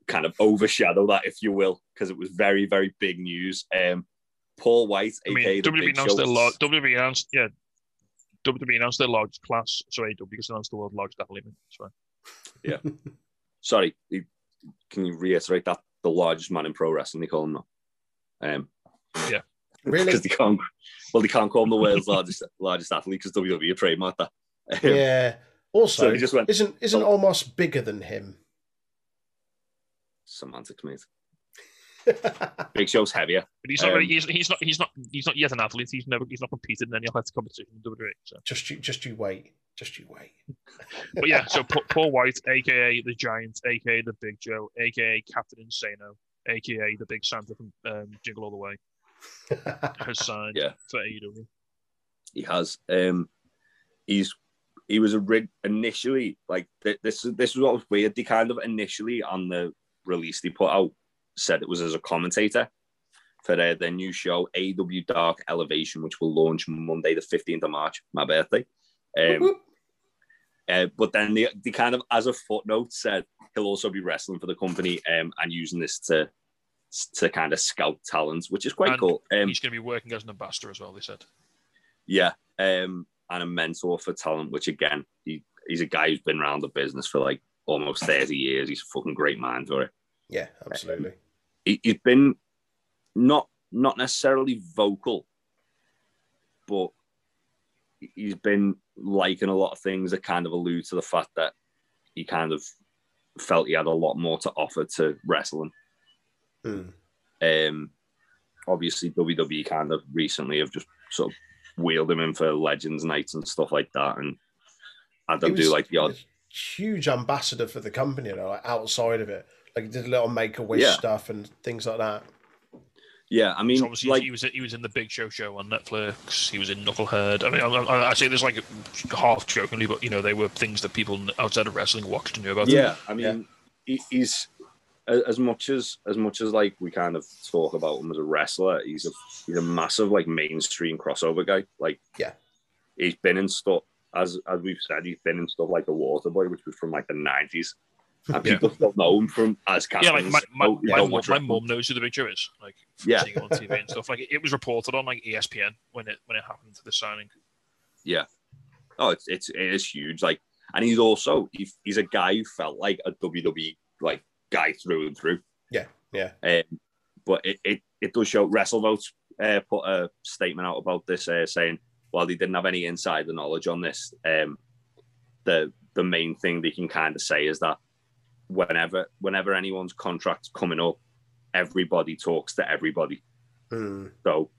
kind of overshadow that, if you will, because it was very very big news. Um, Paul White,
I mean,
aka the
WWE
Big
announced
Show,
their large. WWE announced, yeah. WWE announced their large class, so AW just announced the world's largest athlete. That's fine.
sorry, he- can you reiterate that the largest man in pro wrestling? They call him that. Um,
Really?
<laughs> because they can't. Well, they can't call him the world's largest largest athlete because WWE E trademarked that. Um,
Yeah. Also,
So he just Oh. went
isn't isn't Almost bigger than him? <laughs>
semantics, mate. Big Show's heavier.
But he's not. really,
Um,
he's, he's not. He's not. He's not yet an athlete. He's never. He's not competed in any athletic competition in WWE. So.
just you, just you wait. Just you wait. <laughs>
But yeah, so Pa- Paul White, aka the Giant, aka the Big Joe, aka Captain Insano, aka the Big Santa from um, Jingle All the Way, has signed
Yeah.
for E AEW.
He has. Um, he's he was a rig initially like th- this. is This was what was weird. They kind of initially on the release they put out said it was as a commentator for their, their new show AW Dark Elevation, which will launch Monday the fifteenth of March, my birthday. Um,
Whoop, whoop.
Uh, but then they, they kind of, as a footnote, said he'll also be wrestling for the company um, and using this to to kind of scout talents, which is quite
And
cool. Um,
he's going to be working as an ambassador as well. They said.
yeah, um, and a mentor for talent, which again, he, he's a guy who's been around the business for like almost thirty years. He's a fucking great mind for it.
yeah, absolutely.
He, he's been not not necessarily vocal, but he's been liking a lot of things that kind of allude to the fact that he kind of felt he had a lot more to offer to wrestling.
Hmm.
Um, obviously, WWE kind of recently have just sort of wheeled him in for Legends nights and stuff like that, and had them
He was-
do like the odd.
huge ambassador for the company, you know, like outside of it. Like he did a little make a wish
Yeah.
stuff and things like that.
Yeah, I mean,
So obviously,
like
he was he was in the Big Show show on Netflix. He was in Knucklehead. I mean, I, I, I say this like half jokingly, but you know, they were things that people outside of wrestling watched and knew about.
yeah, I mean, he, he's a- as much as as much as like we kind of talk about him as a wrestler. He's a he's a massive like mainstream crossover guy. Like,
Yeah.
he's been in stuff as as we've said. He's been in stuff like the Waterboy, which was from like the nineties. And
Yeah.
people still know him from as
yeah,
Captain.
like my my,
Smoke, you
my,
know,
mum-
much
my
wrestling.
mum knows who the Big Joe is, like from
Oh, Yeah.
seeing it on TV and stuff. Like it was reported on like E ESPN when it when it happened to the signing.
Oh, it's it's it is huge. Like, and he's also he, he's a guy who felt like a WWE like guy through and through.
Yeah, yeah.
Um, but it, it it does show. WrestleVote uh, put a statement out about this, uh, saying while they didn't have any insider knowledge on this, um, the the main thing they can kind of say is that whenever whenever anyone's contract's coming up, everybody talks to everybody.
Hmm.
So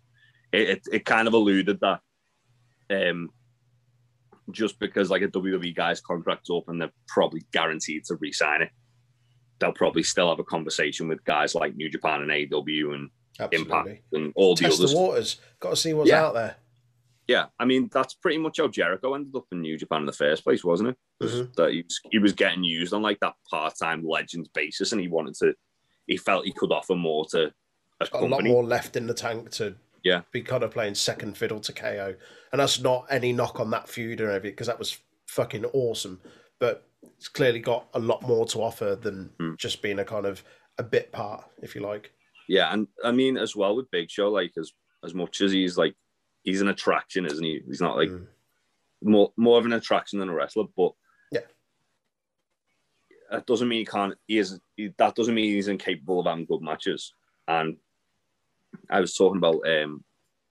it, it, it kind of alluded that um, just because like a WWE guy's contract's up and they're probably guaranteed to re-sign it, they'll probably still have a conversation with guys like New Japan and AEW and
Absolutely.
Impact and all the
Test
others.
the waters. Got to see what's
Yeah.
out there.
yeah, I mean that's pretty much how Jericho ended up in New Japan in the first place, wasn't it? Was
Mhm.
That he was, he was getting used on like that part-time legends basis, and he wanted to. He felt he could offer more to a
Got a lot
company.
more left in the tank to
Yeah.
be kind of playing second fiddle to KO. And that's not any knock on that feud or anything because that was fucking awesome. But it's clearly got a lot more to offer than
Mm.
just being a kind of a bit part, if you like.
Yeah, and I mean as well with Big Show, like as as much as he's like he's an attraction, isn't he? He's not like
Mm.
more more of an attraction than a wrestler, but
Yeah.
that doesn't mean he can't. He is. He, that doesn't mean he's incapable of having good matches. And I was talking about um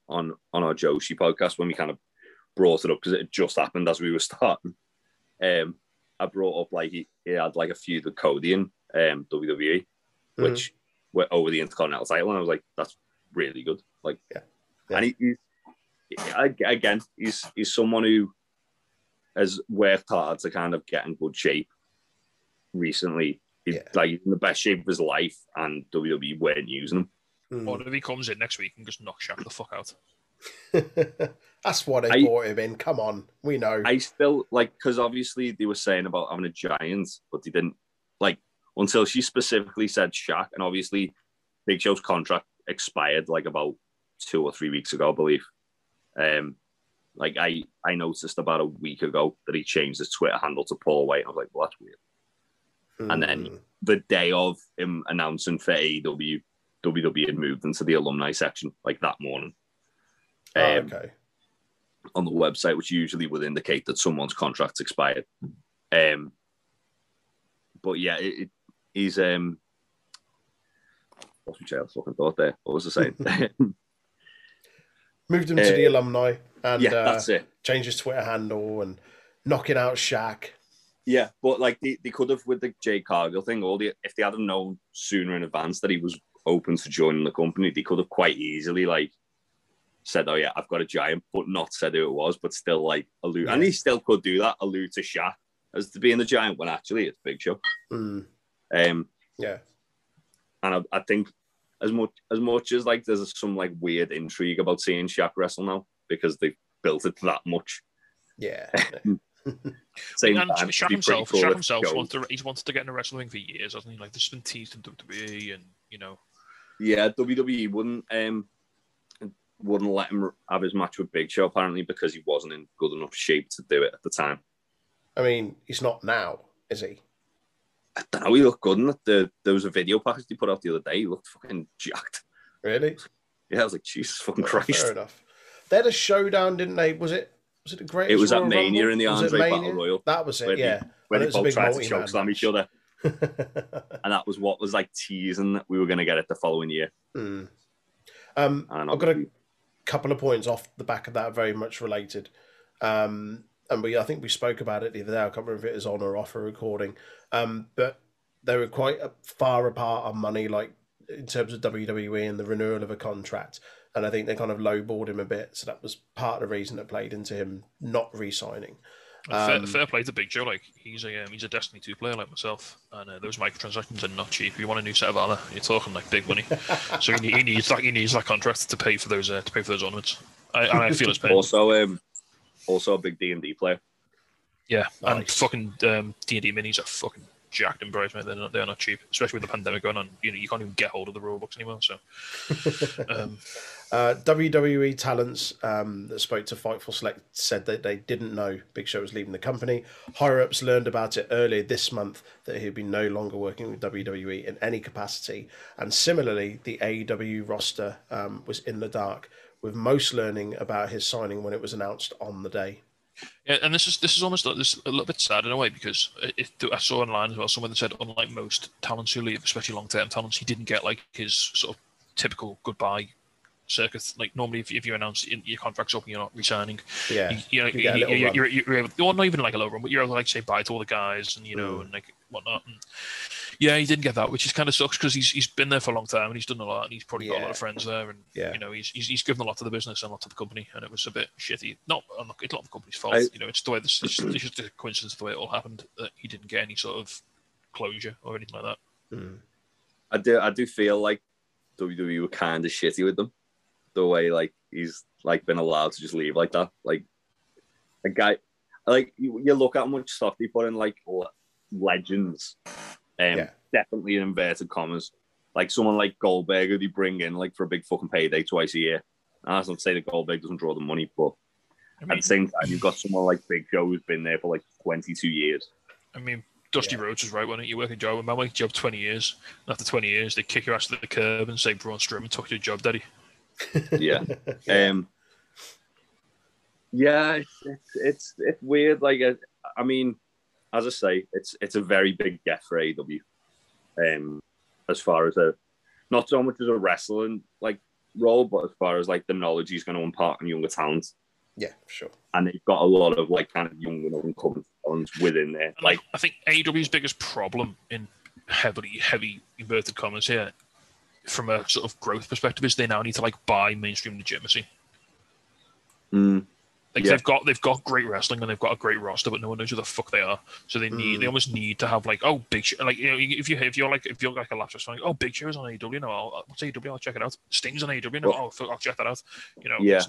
on on our Joshi podcast when we kind of brought it up because it had just happened as we were <laughs> starting. Um, I brought up like he, he had like a feud with Cody in um, WWE,
Mm.
which were over the Intercontinental title, and I was like, that's really good. Like,
Yeah. Yeah.
and he, he's I- again, he's he's someone who has worked hard to kind of get in good shape recently. He's
Yeah.
like in the best shape of his life, and WWE weren't using him.
Mm.
Or if he comes in next week and just knocks Shaq the fuck out.
<laughs> That's why they
I-
brought him in. Come on, we know.
I still like because obviously they were saying about having a giant, but they didn't like until she specifically said Shaq, and obviously Big Show's contract expired like about two or three weeks ago, I believe. Um, Like I, I noticed about a week ago that he changed his Twitter handle to Paul White. I was like, well, that's weird. And then-
Mm.
The day of him announcing for E AEW, WWE E had moved into the alumni section like that morning
Oh,
um,
okay.
on the website, which usually would indicate that someone's contract's expired. Um, but yeah, it, it, he's um, what's my child's fucking thought there? What was I saying?
Moved him to
uh,
the alumni <laughs> and
<laughs> yeah,
uh,
that's it.
changed his Twitter handle and knocking out Shaq.
Yeah, but like they, they could have with the Jay Cargill thing, or the, if they had known sooner in advance that he was open to joining the company, they could have quite easily like said, "Oh yeah, I've got a giant," but not said who it was, but still like allude, and he still could do that, allude to Shaq as to being the giant when actually it's Big Show.
Mm.
Um,
Yeah.
and I, I think as much as much as like there's some like weird intrigue about seeing Shaq wrestle now because they have built it that much. <laughs>
Yeah.
Same
and
time,
Shaq
it'd be pretty
himself,
cool
Shaq
if
himself
Joe-
wants to, he's wanted to get into wrestling for years, hasn't he? Like, there's been teased in WWE, and you know,
Yeah, WWE wouldn't um wouldn't let him have his match with Big Show apparently because he wasn't in good enough shape to do it at the time.
I mean, he's not now, is he?
I don't know. He looked good, and the, there was a video package he put out the other day. He looked fucking jacked.
Really?
Yeah, I was like, Jesus fucking
Fair
Christ.
enough. They had a showdown, didn't they? Was it? Was it the greatest?
It was at
Royal
Mania
Rumble?
in the
Was it
Andre Battle
Mania?
Royal,
That was
where
it.
they-
Yeah. And
When they
it was a
both
big
tried to
multi-man
choke slam
match.
each
<laughs>
other, and that was what was like teasing that we were going to get it the following year.
Mm. Um,
And
I've got a
obviously-
couple of points off the back of that, very much related. Um, and we, I think we spoke about it the other day. I can't remember if it was on or off a recording. Um, but they were quite uh, far apart on money, like in terms of WWE and the renewal of a contract. And I think they kind of lowballed him a bit. So that was part of the reason that played into him not re signing. Um,
fair, fair play to Big Joe. Like, he's a um, he's a Destiny two player like myself, and uh, those microtransactions are not cheap. You want a new set of armor, you're talking like
<laughs>
big money. so he, he needs that he needs that contract to pay for those uh, to pay for those ornaments. I, and I feel it's pain.
Also, um, also a big D and D player.
Yeah, and
Nice.
fucking um, D&D minis are fucking jacked in price, mate. They're not, they're not cheap, especially with the pandemic going on. You know, you can't even get hold of the rule books anymore.
<laughs>
So, um,
Uh, WWE talents um, that spoke to Fightful Select said that they didn't know Big Show was leaving the company. Higher ups learned about it earlier this month that he'd be no longer working with WWE in any capacity. And similarly, the AEW roster um, was in the dark, with most learning about his signing when it was announced on the day.
yeah, and this is this is almost like this a little bit sad in a way because uh, if I saw online as well, someone that said unlike most talents who leave, especially long term talents, he didn't get like his sort of typical goodbye circuit. Like normally, if, if you announce in- your contract's up and you're not resigning,
Yeah,
you, know,
you
you
get a little
you-
run.
you're, you're, you're able, well, not even like a low run, but you're able to like say bye to all the guys and you
Mm.
know and like whatnot. And yeah, he didn't get that, which is kind of sucks because he's he's been there for a long time and he's done a lot and he's probably got a lot
Yeah.
of friends there and
Yeah.
you know he's, he's he's given a lot to the business and a lot to the company and it was a bit shitty. Not I'm not- it's not the company's fault,
I-
you know. It's the way this it's, it's just a coincidence of the way it all happened that he didn't get any sort of closure or anything like that.
Mm.
I do I do feel like WWE were kind of shitty with them, the way like he's like been allowed to just leave like that. Like a guy, like you, you look at how much stuff they put in like le- legends, um,
Yeah.
definitely in inverted commas. Like someone like Goldberg who they bring in like for a big fucking payday twice a year. And that's not to say that Goldberg doesn't draw the money, but
I
at
mean,
the same time you've got someone like Big Joe who's been there for like twenty two years.
I mean, Dusty Rhodes was right, wasn't it? You work a job, a man working a job 20 years, and after 20 years, they kick your ass to the curb and say, Braun Strowman took your job, daddy.
yeah. Um, yeah, it's, it's it's it's weird. Like, I, I mean, as I say, it's it's a very big get for AEW. Um, as far as a not so much as a wrestling like role, but as far as like the knowledge he's going to impart on younger talents,
Yeah, sure.
and they've got a lot of like kind of young and up and coming talents within there.
And
Like,
like, I think AEW's biggest problem in heavily, heavy inverted commas here, from a sort of growth perspective, is they now need to like buy mainstream legitimacy.
mm,
Like
Yeah.
they've got they've got great wrestling and they've got a great roster, but no one knows who the fuck they are. So they need
Mm.
they almost need to have like oh big show like you know if you if you're like if you're like a laptop fan, like, oh big shows on AEW no I'll, what's AEW I'll check it out Sting's on E AEW no
Well-
I'll, fuck, I'll check that out you know
Yeah.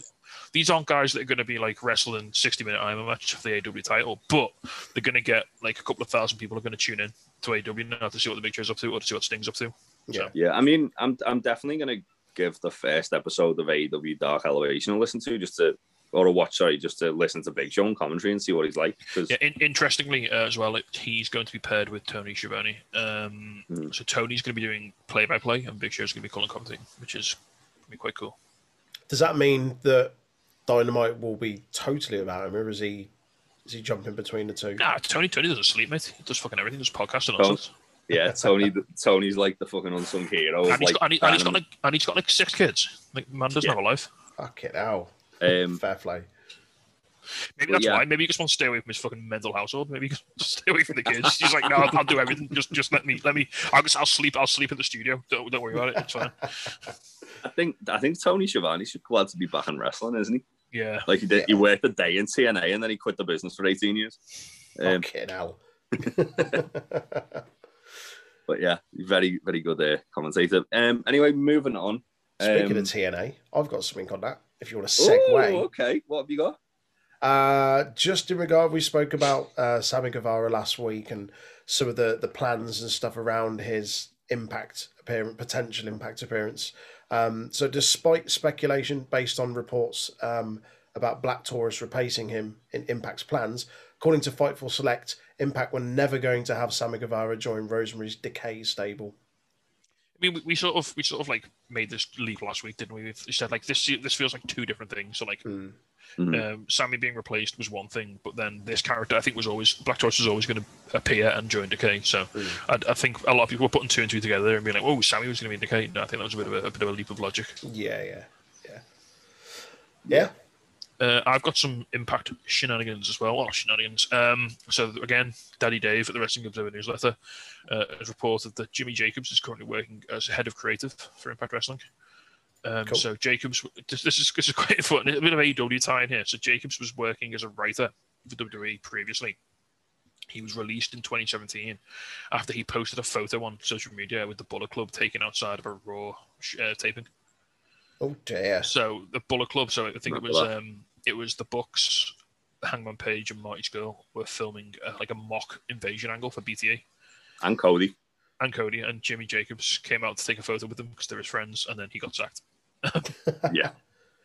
these aren't guys that are going to be like wrestling sixty minute Iron Man match for the AEW title, but they're going to get like a couple of thousand people are going to tune in to E AEW now to see what the big show's up to or to see what Sting's up to.
Yeah.
yeah, I mean, E I'm I'm definitely going to give the first episode of AEW Dark Elevation a listen to just to or a watch, sorry, just to listen to Big Show on commentary and see what he's like. 'cause-
Yeah, in, interestingly uh, as well, it, he's going to be paired with Tony Schiavone. Um,
Hmm.
So Tony's going to be doing play-by-play, and Big Show's going to be calling commentary, which is gonna be quite cool.
Does that mean that Dynamite will be totally about him, or is he is he jumping between the two?
Nah, Tony, Tony doesn't sleep, mate. He does fucking everything. Does podcast and
Oh,
nonsense.
yeah, Tony, Tony's like the fucking unsung hero. of,
and, he's
Oh, like,
got, and, he, and he's
fan.
got like and he's got like six kids. Like man doesn't
Yeah.
have a life.
Fuck it out.
um,
Fair play.
Maybe
Well,
that's
yeah.
why. Maybe he just wants to stay away from his fucking mental household. Maybe he just wants to stay away from the kids. He's like, no, I'll, I'll do everything. Just, just let me, let me. I'll just, I'll sleep. I'll sleep in the studio. Don't, don't worry about it. It's
<laughs>
fine.
I think I think Tony Schiavone should glad to be back in wrestling, isn't he?
Yeah.
Like he did, he worked a day in TNA and then he quit the business for eighteen years. Um,
Fuck it out.
But yeah, very very good uh, commentator. Um, anyway, moving on.
Speaking
Um,
of TNA, I've got something on that. If you want to
ooh,
segue,
okay, what have you got?
Uh, just in regard, we spoke about uh, Sammy Guevara last week and some of the, the plans and stuff around his impact appearance, potential impact appearance. Um, so, despite speculation based on reports um, about Black Taurus replacing him in Impact's plans, according to Fightful Select, Impact were never going to have Sammy Guevara join Rosemary's Decay stable.
I mean, we, we sort of, we sort of like made this leap last week, didn't we? We said like this, this feels like two different things. So like,
Mhm.
um, Sammy being replaced was one thing, but then this character, I think, was always Black Torch was always going to appear and join Decay. So I, I think a lot of people were putting two and two together and being like, "Oh, Sammy was going to be in Decay." No, I think that was a bit of a, a bit of a leap of logic.
Yeah, yeah, yeah. Yeah.
Uh, I've got some impact shenanigans as well. Well, shenanigans. Um, so again, Daddy Dave at the Wrestling Observer newsletter uh, has reported that Jimmy Jacobs is currently working as head of creative for Impact Wrestling. Um,
Cool.
So Jacobs, this, this is <laughs> this is quite important. A bit of AEW tie in here. So Jacobs was working as a writer for WWE previously. He was released in 2017 after he posted a photo on social media with the Bullet Club taken outside of a Raw uh, taping.
Oh, dear.
So the Bullet Club. So I think it
Remember
was
that.
um, it was the Bucks, Hangman Page, and Marty Skrull were filming uh, like a mock invasion angle for BTA.
And Cody.
And Cody and Jimmy Jacobs came out to take a photo with them because they're his friends, and then he got sacked.
Yeah,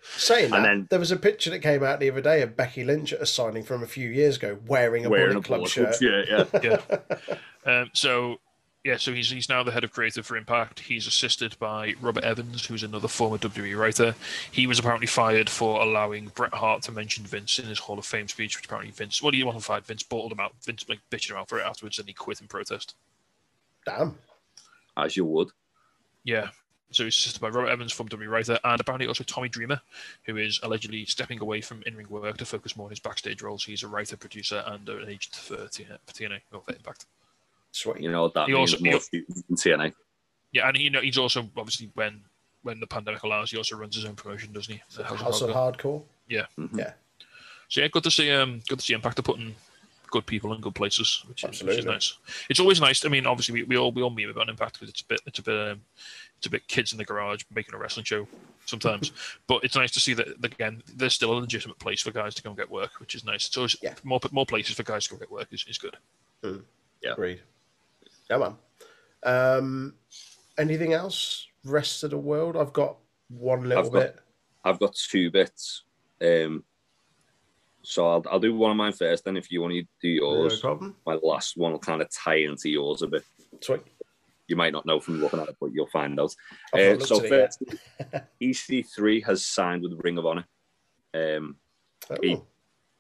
Saying that,
And then-
there was a picture that came out the other day of Becky Lynch at a signing from a few years ago wearing a
wearing
Bullet
a
Club
bullet
shirt.
club shirt. Yeah,
<laughs>
<laughs> Yeah. um, so yeah, so he's he's now the head of creative for Impact. He's assisted by Robert Evans, who's another former WWE writer. He was apparently fired for allowing Bret Hart to mention Vince in his Hall of Fame speech, which apparently Vince, well, he wasn't fired. Vince bawled him out. Vince like bitched him out for it afterwards, and he quit in protest.
Damn.
as you would.
Yeah. So it's assisted by Robert Evans, from W writer, and apparently also Tommy Dreamer, who is allegedly stepping away from in-ring work to focus more on his backstage roles. He's a writer, producer, and uh, oh, an agent for T- for TNA or for Impact.
Sweet.
You know what that
He
means
also-
more seasons in TNA.
Yeah, and you know he's also obviously when when the pandemic allows, he also runs his own promotion, doesn't he? The House of
House of
Hardcore.
Hardcore.
Yeah.
Mhm.
Yeah.
So yeah, good to see. Um, good to see Impact are putting good people in good places, which is, which
Absolutely.
is nice. It's always nice. I mean, obviously we, we all we all meme about Impact because it's a bit it's a bit um, it's a bit kids in the garage making a wrestling show
<laughs>
sometimes. but it's nice to see that that, again. There's still a legitimate place for guys to go and get work, which is nice. It's always
Yeah.
more more places for guys to go get work is, is good.
Yeah.
Agreed. Yeah, man. Um, anything else? Rest of the world? I've got one little
I've got-
bit.
I've got two bits. Um, so I'll, I'll do one of mine first, then if you want to do
No
yours,
problem.
my last one will kind of tie into yours a bit.
Sweet.
You might not know from looking at it, but you'll find out.
I've not
Uh,
looked
so
at it yet.
first, EC3 has signed with Ring of Honor. Um,
Oh,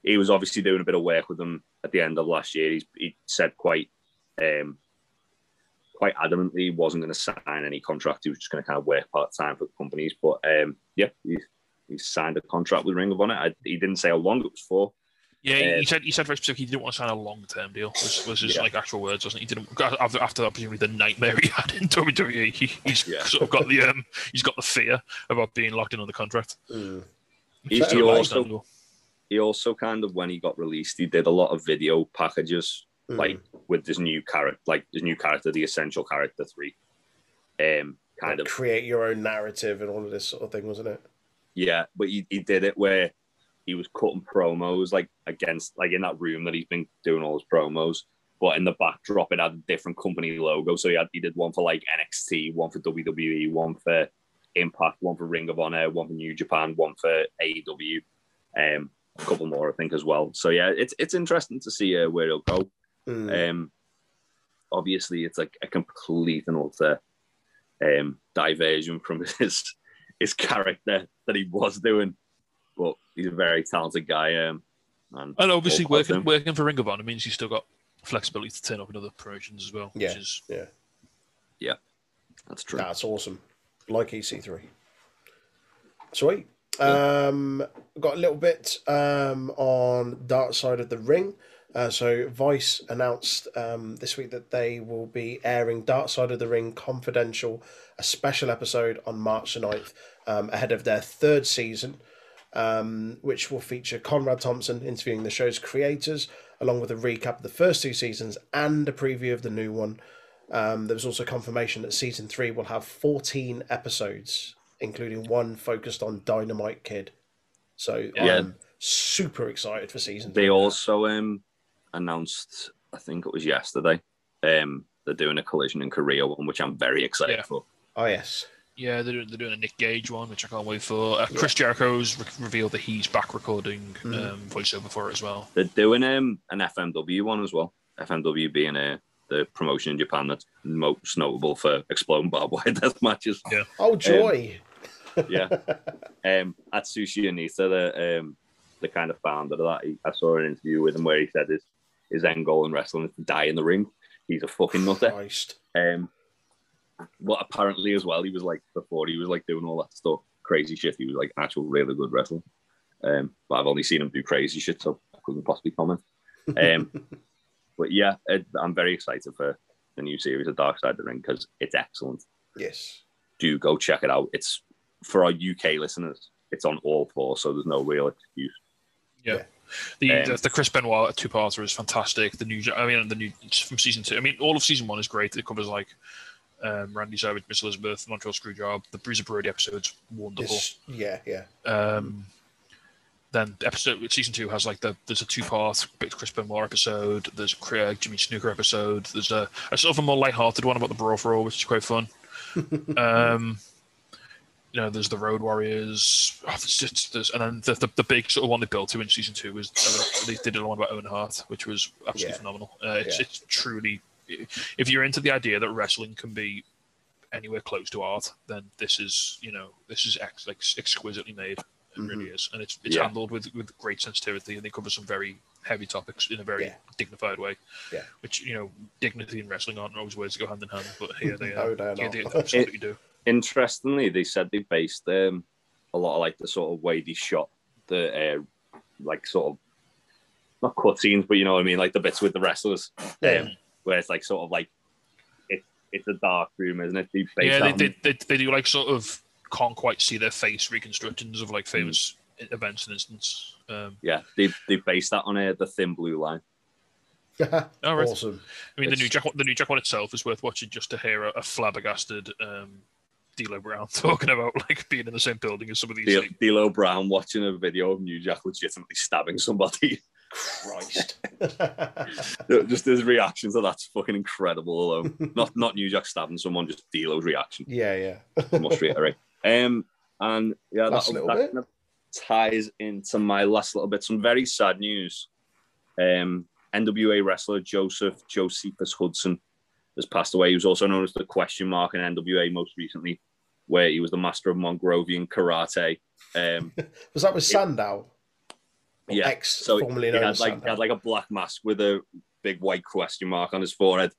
he was obviously doing a bit of work with them at the end of last year. He's, he said quite, um, quite adamantly he wasn't going to sign any contract. He was just going to kind of work part time for companies. But um, yeah, he, he signed a contract with Ring of Honor. I, he didn't say how long it was for.
Yeah, he-
Um,
he said he said very specifically he didn't want to sign a long term deal. Was, was his
Yeah.
like actual words, wasn't it? he? Didn't after, after that presumably the nightmare he had in WWE. He, he's
Yeah.
sort of got the um, he's got the fear about being locked in on the contract.
mm.
which
He,
is
Fair
he
enough.
also
understandable.
he also kind of when he got released, he did a lot of video packages
Mm.
like with his new character, like his new character, the essential character three. Um, kind
Like,
of
create your own narrative and all of this sort of thing, wasn't it?
Yeah, but he, he did it where he was cutting promos like against like in that room that he's been doing all his promos, but in the backdrop it had a different company logo. So he had he did one for like NXT, one for WWE, one for Impact, one for Ring of Honor, one for New Japan, one for AEW. E Um, a couple more, I think, as well. So yeah, it's it's interesting to see uh, where he'll go.
Mm.
Um, obviously, it's like a complete and utter um, diversion from <laughs> his his character that he was doing. But he's a very talented guy. Um, and
And obviously,
all
working
of them.
working for Ring of Honor means you've still got flexibility to turn up in other promotions as well,
Yeah.
which is
That's true.
That's awesome. Like E EC3. Sweet. Um, got a little bit um, on Dark Side of the Ring. Uh, so Vice announced um, this week that they will be airing Dark Side of the Ring Confidential, a special episode on March the 9th, um, ahead of their third season, um, which will feature Conrad Thompson interviewing the show's creators, along with a recap of the first two seasons and a preview of the new one. Um, there was also confirmation that season three will have 14 episodes, including one focused on Dynamite Kid. So
Yeah.
I'm super excited for season three.
They also um, announced, I think it was yesterday, um, they're doing a collision in Korea one, which I'm very excited
Yeah.
for.
Oh, yes.
yeah, they're doing, they're doing a Nick Gage one, which I can't wait for. Uh, Chris Jericho's re- revealed that he's back recording
Mhm.
um, voiceover for it as well.
They're doing um, an FMW one as well. FMW being uh, the promotion in Japan that's most notable for exploding barbed wire death matches.
Oh, joy.
yeah. Um, Atsushi Anita, the um, the kind of founder of that, he, I saw an interview with him where he said his his end goal in wrestling is to die in the ring. He's a fucking nutter.
Christ.
Um, well, apparently as well, he was like before he was like doing all that stuff, crazy shit. He was like an actual really good wrestler. Um, but I've only seen him do crazy shit, so I couldn't possibly comment. Um, but yeah, it, I'm very excited for the new series of Dark Side of the Ring because it's excellent.
Yes.
Do go check it out. It's for our UK listeners. It's on all four, so there's no real excuse.
The,
Um,
the the Chris Benoit two parter is fantastic. The new, I mean, the new it's from season two. I mean, all of season one is great. It covers like um, Randy Savage, Miss Elizabeth, Montreal Screwjob, the Bruiser Brody episode's wonderful.
Yes. Yeah, yeah.
Um, then episode season two has like the there's a two part Chris Benoit episode. There's a Cra- Jimmy Snooker episode. There's a, a sort of a more lighthearted one about the Brawl for All, which is
<laughs>
quite fun. um, you know, there's the Road Warriors. Oh, there's just, there's, and then the, the, the big sort of one they built to in season two was uh, they did a one about Owen Hart, which was absolutely
Yeah.
phenomenal. Uh, it's,
Yeah.
it's truly, if you're into the idea that wrestling can be anywhere close to art, then this is you know this is ex- like exquisitely made. It
Mm-hmm.
really is, and it's it's
Yeah.
handled with with great sensitivity, and they cover some very heavy topics in a very
Yeah.
dignified way.
Yeah.
Which you know, dignity and wrestling aren't always words that go hand in hand, but here they
<laughs> No,
are.
they're
Yeah,
not. <laughs>
they absolutely do.
Interestingly, they said they based um, a lot of like the sort of way they shot the uh, like sort of not cutscenes, but you know what I mean, like the bits with the wrestlers,
Yeah.
um, where it's like sort of like it, it's a dark room, isn't it? They based
Yeah,
that
they,
on-
they, they, they do like sort of can't quite see their face reconstructions of like
Hmm.
famous e-, events and incidents. Um,
yeah, they they based that on uh, the thin blue line.
Oh, right.
Awesome.
I mean, the
It's-
new Jack, the new Jack one itself is worth watching just to hear a, a flabbergasted um, D'Lo Brown <laughs> talking about like being in the same building as some of these.
D-
like,
D'Lo Brown watching a video of New Jack legitimately stabbing somebody.
Christ.
Uh, just his reaction to that's fucking incredible
<laughs>
alone. not not New Jack stabbing someone, just D'Lo's reaction.
<laughs> yeah, yeah.
must reiterate. Um, and yeah,
Last
that,
little
that
bit?
kind of ties into my last little bit. Some very sad news. Um, NWA wrestler Joseph Josephus Hudson has passed away. He was also known as the question mark in NWA most recently, where he was the master of Mongrovian karate. Um,
Was that with Sandow? Or
yeah,
Ex,
so
formerly
he
known
had
as
like he
Sandow.
had like a black mask with a big white question mark on his forehead,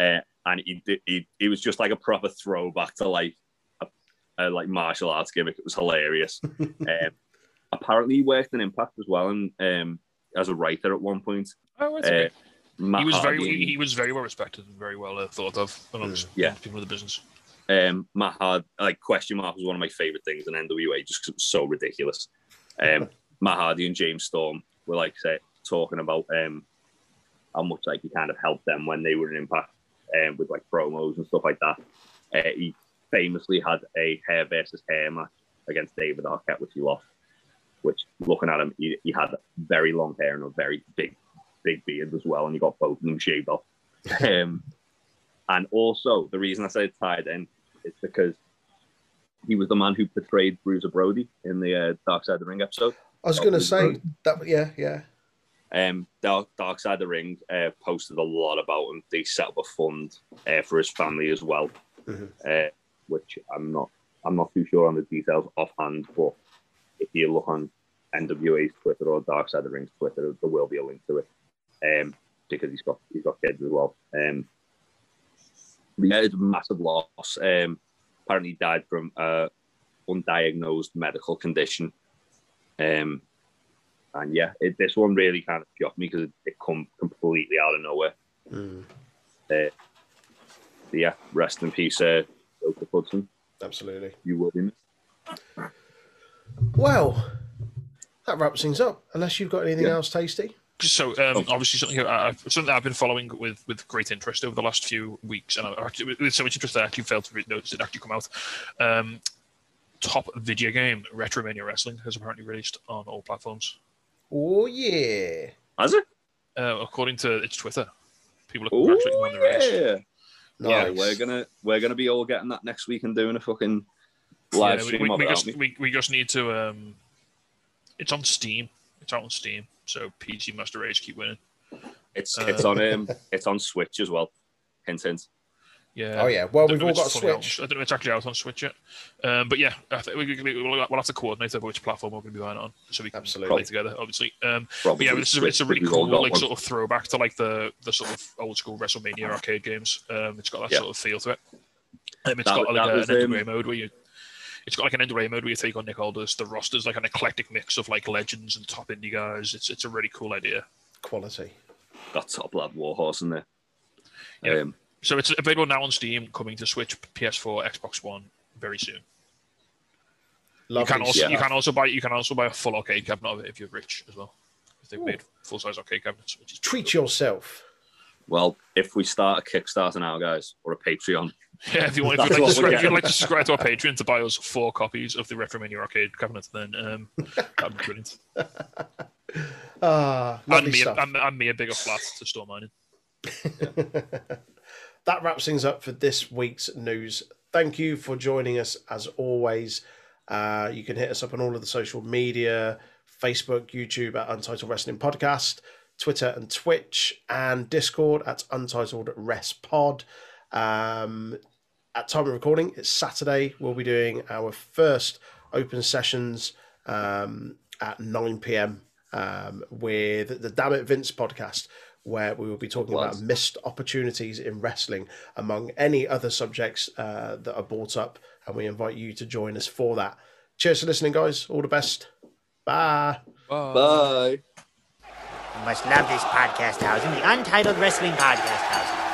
uh, and he, did- he he was just like a proper throwback to like a, a like martial arts gimmick. It was hilarious. um, apparently, he worked in Impact as well, and um, as a writer at one point.
oh, that's
Uh,
Eh,
okay.
Matt
he was very
Hardy-
he, he was very well respected and very well uh, thought of amongst
Yeah.
people in the business.
Um, Matt Hardy, like question mark was one of my favorite things in NWA just 'cause it was so ridiculous. Um, Matt Hardy and James Storm were like say, talking about um, how much like he kind of helped them when they were in Impact um, with like promos and stuff like that. Uh, he famously had a hair versus hair match against David Arquette, which he lost. Which looking at him, he, he had very long hair and a very big, big beard as well, and he got both of them shaved off. Um, and also, the reason I say it's tied in is because he was the man who portrayed Bruiser Brody in the uh, Dark Side of the Ring episode.
I was going to say that. Yeah, yeah.
Um, Dark, Dark Side of the Ring uh, posted a lot about him. They set up a fund uh, for his family as well,
Mhm.
uh, which I'm not I'm not too sure on the details offhand. But if you look on NWA's Twitter or Dark Side of the Ring's Twitter, there will be a link to it um, because he's got he's got kids as well. Um, but yeah, it's a massive loss. Um, apparently, he died from uh, undiagnosed medical condition. Um, and yeah, it, this one really kind of shocked me because it, it come completely out of nowhere. Uh, but yeah, rest in peace, uh, Joseph Hudson.
Absolutely.
You will be missed.
Well, that wraps things up. Unless you've got anything
Yeah.
else tasty.
So um,
Oh.
obviously something I, I've- something I've been following with, with great interest over the last few weeks, and I, actually- with so much interest that I actually failed to re- notice it actually come out. Um, top video game Retromania Wrestling has apparently released on all platforms,
Oh yeah.
Has it?
uh, according to its Twitter. People are
Oh
congratulating them on the race.
yeah, yeah.
Nice.
We're gonna we're gonna be all getting that next week and doing a fucking
Yeah,
live
we-
stream
we,
of
we
it.
just
aren't we?
we, we just need to. Um, it's on Steam. It's out on Steam. So PG Master Race keep winning.
It's
uh,
it's on um it's on Switch as well. Hint hint.
Yeah.
Oh yeah. Well,
don't
we've
know
all
if
got a
it's fully out on-
switch.
I don't know if it's actually out on Switch yet. Um, but yeah, I think we, we, we'll, we'll have to coordinate over which platform we're going to be buying it on so we can
Absolutely.
play together, obviously. Um, but
Probably
yeah, this is,
Switch,
it's a
but
really
we've all
cool
got
like
one. Uh-huh.
sort of throwback to like the, the sort of old school WrestleMania arcade games. Um, it's got that
Yeah.
sort of feel to it. Um, it's
That-
got like
that
a,
was,
an
um,
NWA mode where you. It's got like an NWA mode where you take on Nick Aldis. The roster's like an eclectic mix of like legends and top indie guys. It's it's a really cool idea.
Quality.
Got top lad Warhorse in there.
Yeah.
Um,
So it's available now on Steam, coming to Switch, PS4, Xbox One very soon. You
Lovely
can also
Yeah.
you can also buy you can also buy a full arcade cabinet of it if you're rich as well. If they've made full size arcade cabinets, which is
treat yourself.
well, if we start a Kickstarter now, guys, or a Patreon,
Yeah, if you want, if
That's
you'd, like
what
to
we
subscribe, if
get.
you'd like to subscribe to our Patreon to buy us four copies of the Retromania arcade cabinet, then um, that'd be brilliant.
Ah,
And
lovely
me, a,
stuff.
and, and me a bigger flat to store mine in.
that wraps things up for this week's news. Thank you for joining us as always. Uh, you can hit us up on all of the social media Facebook, YouTube at Untitled Wrestling Podcast, Twitter and Twitch, and Discord at Untitled Rest Pod. Um, at time of recording, it's Saturday. We'll be doing our first open sessions um, at 9 p.m. Um, with the Damn It Vince podcast, where we will be talking about
Nice.
missed opportunities in wrestling, among any other subjects uh, that are brought up. And we invite you to join us for that. Cheers for listening, guys. All the best. Bye.
bye.
You must love this podcast housing, the Untitled Wrestling Podcast housing.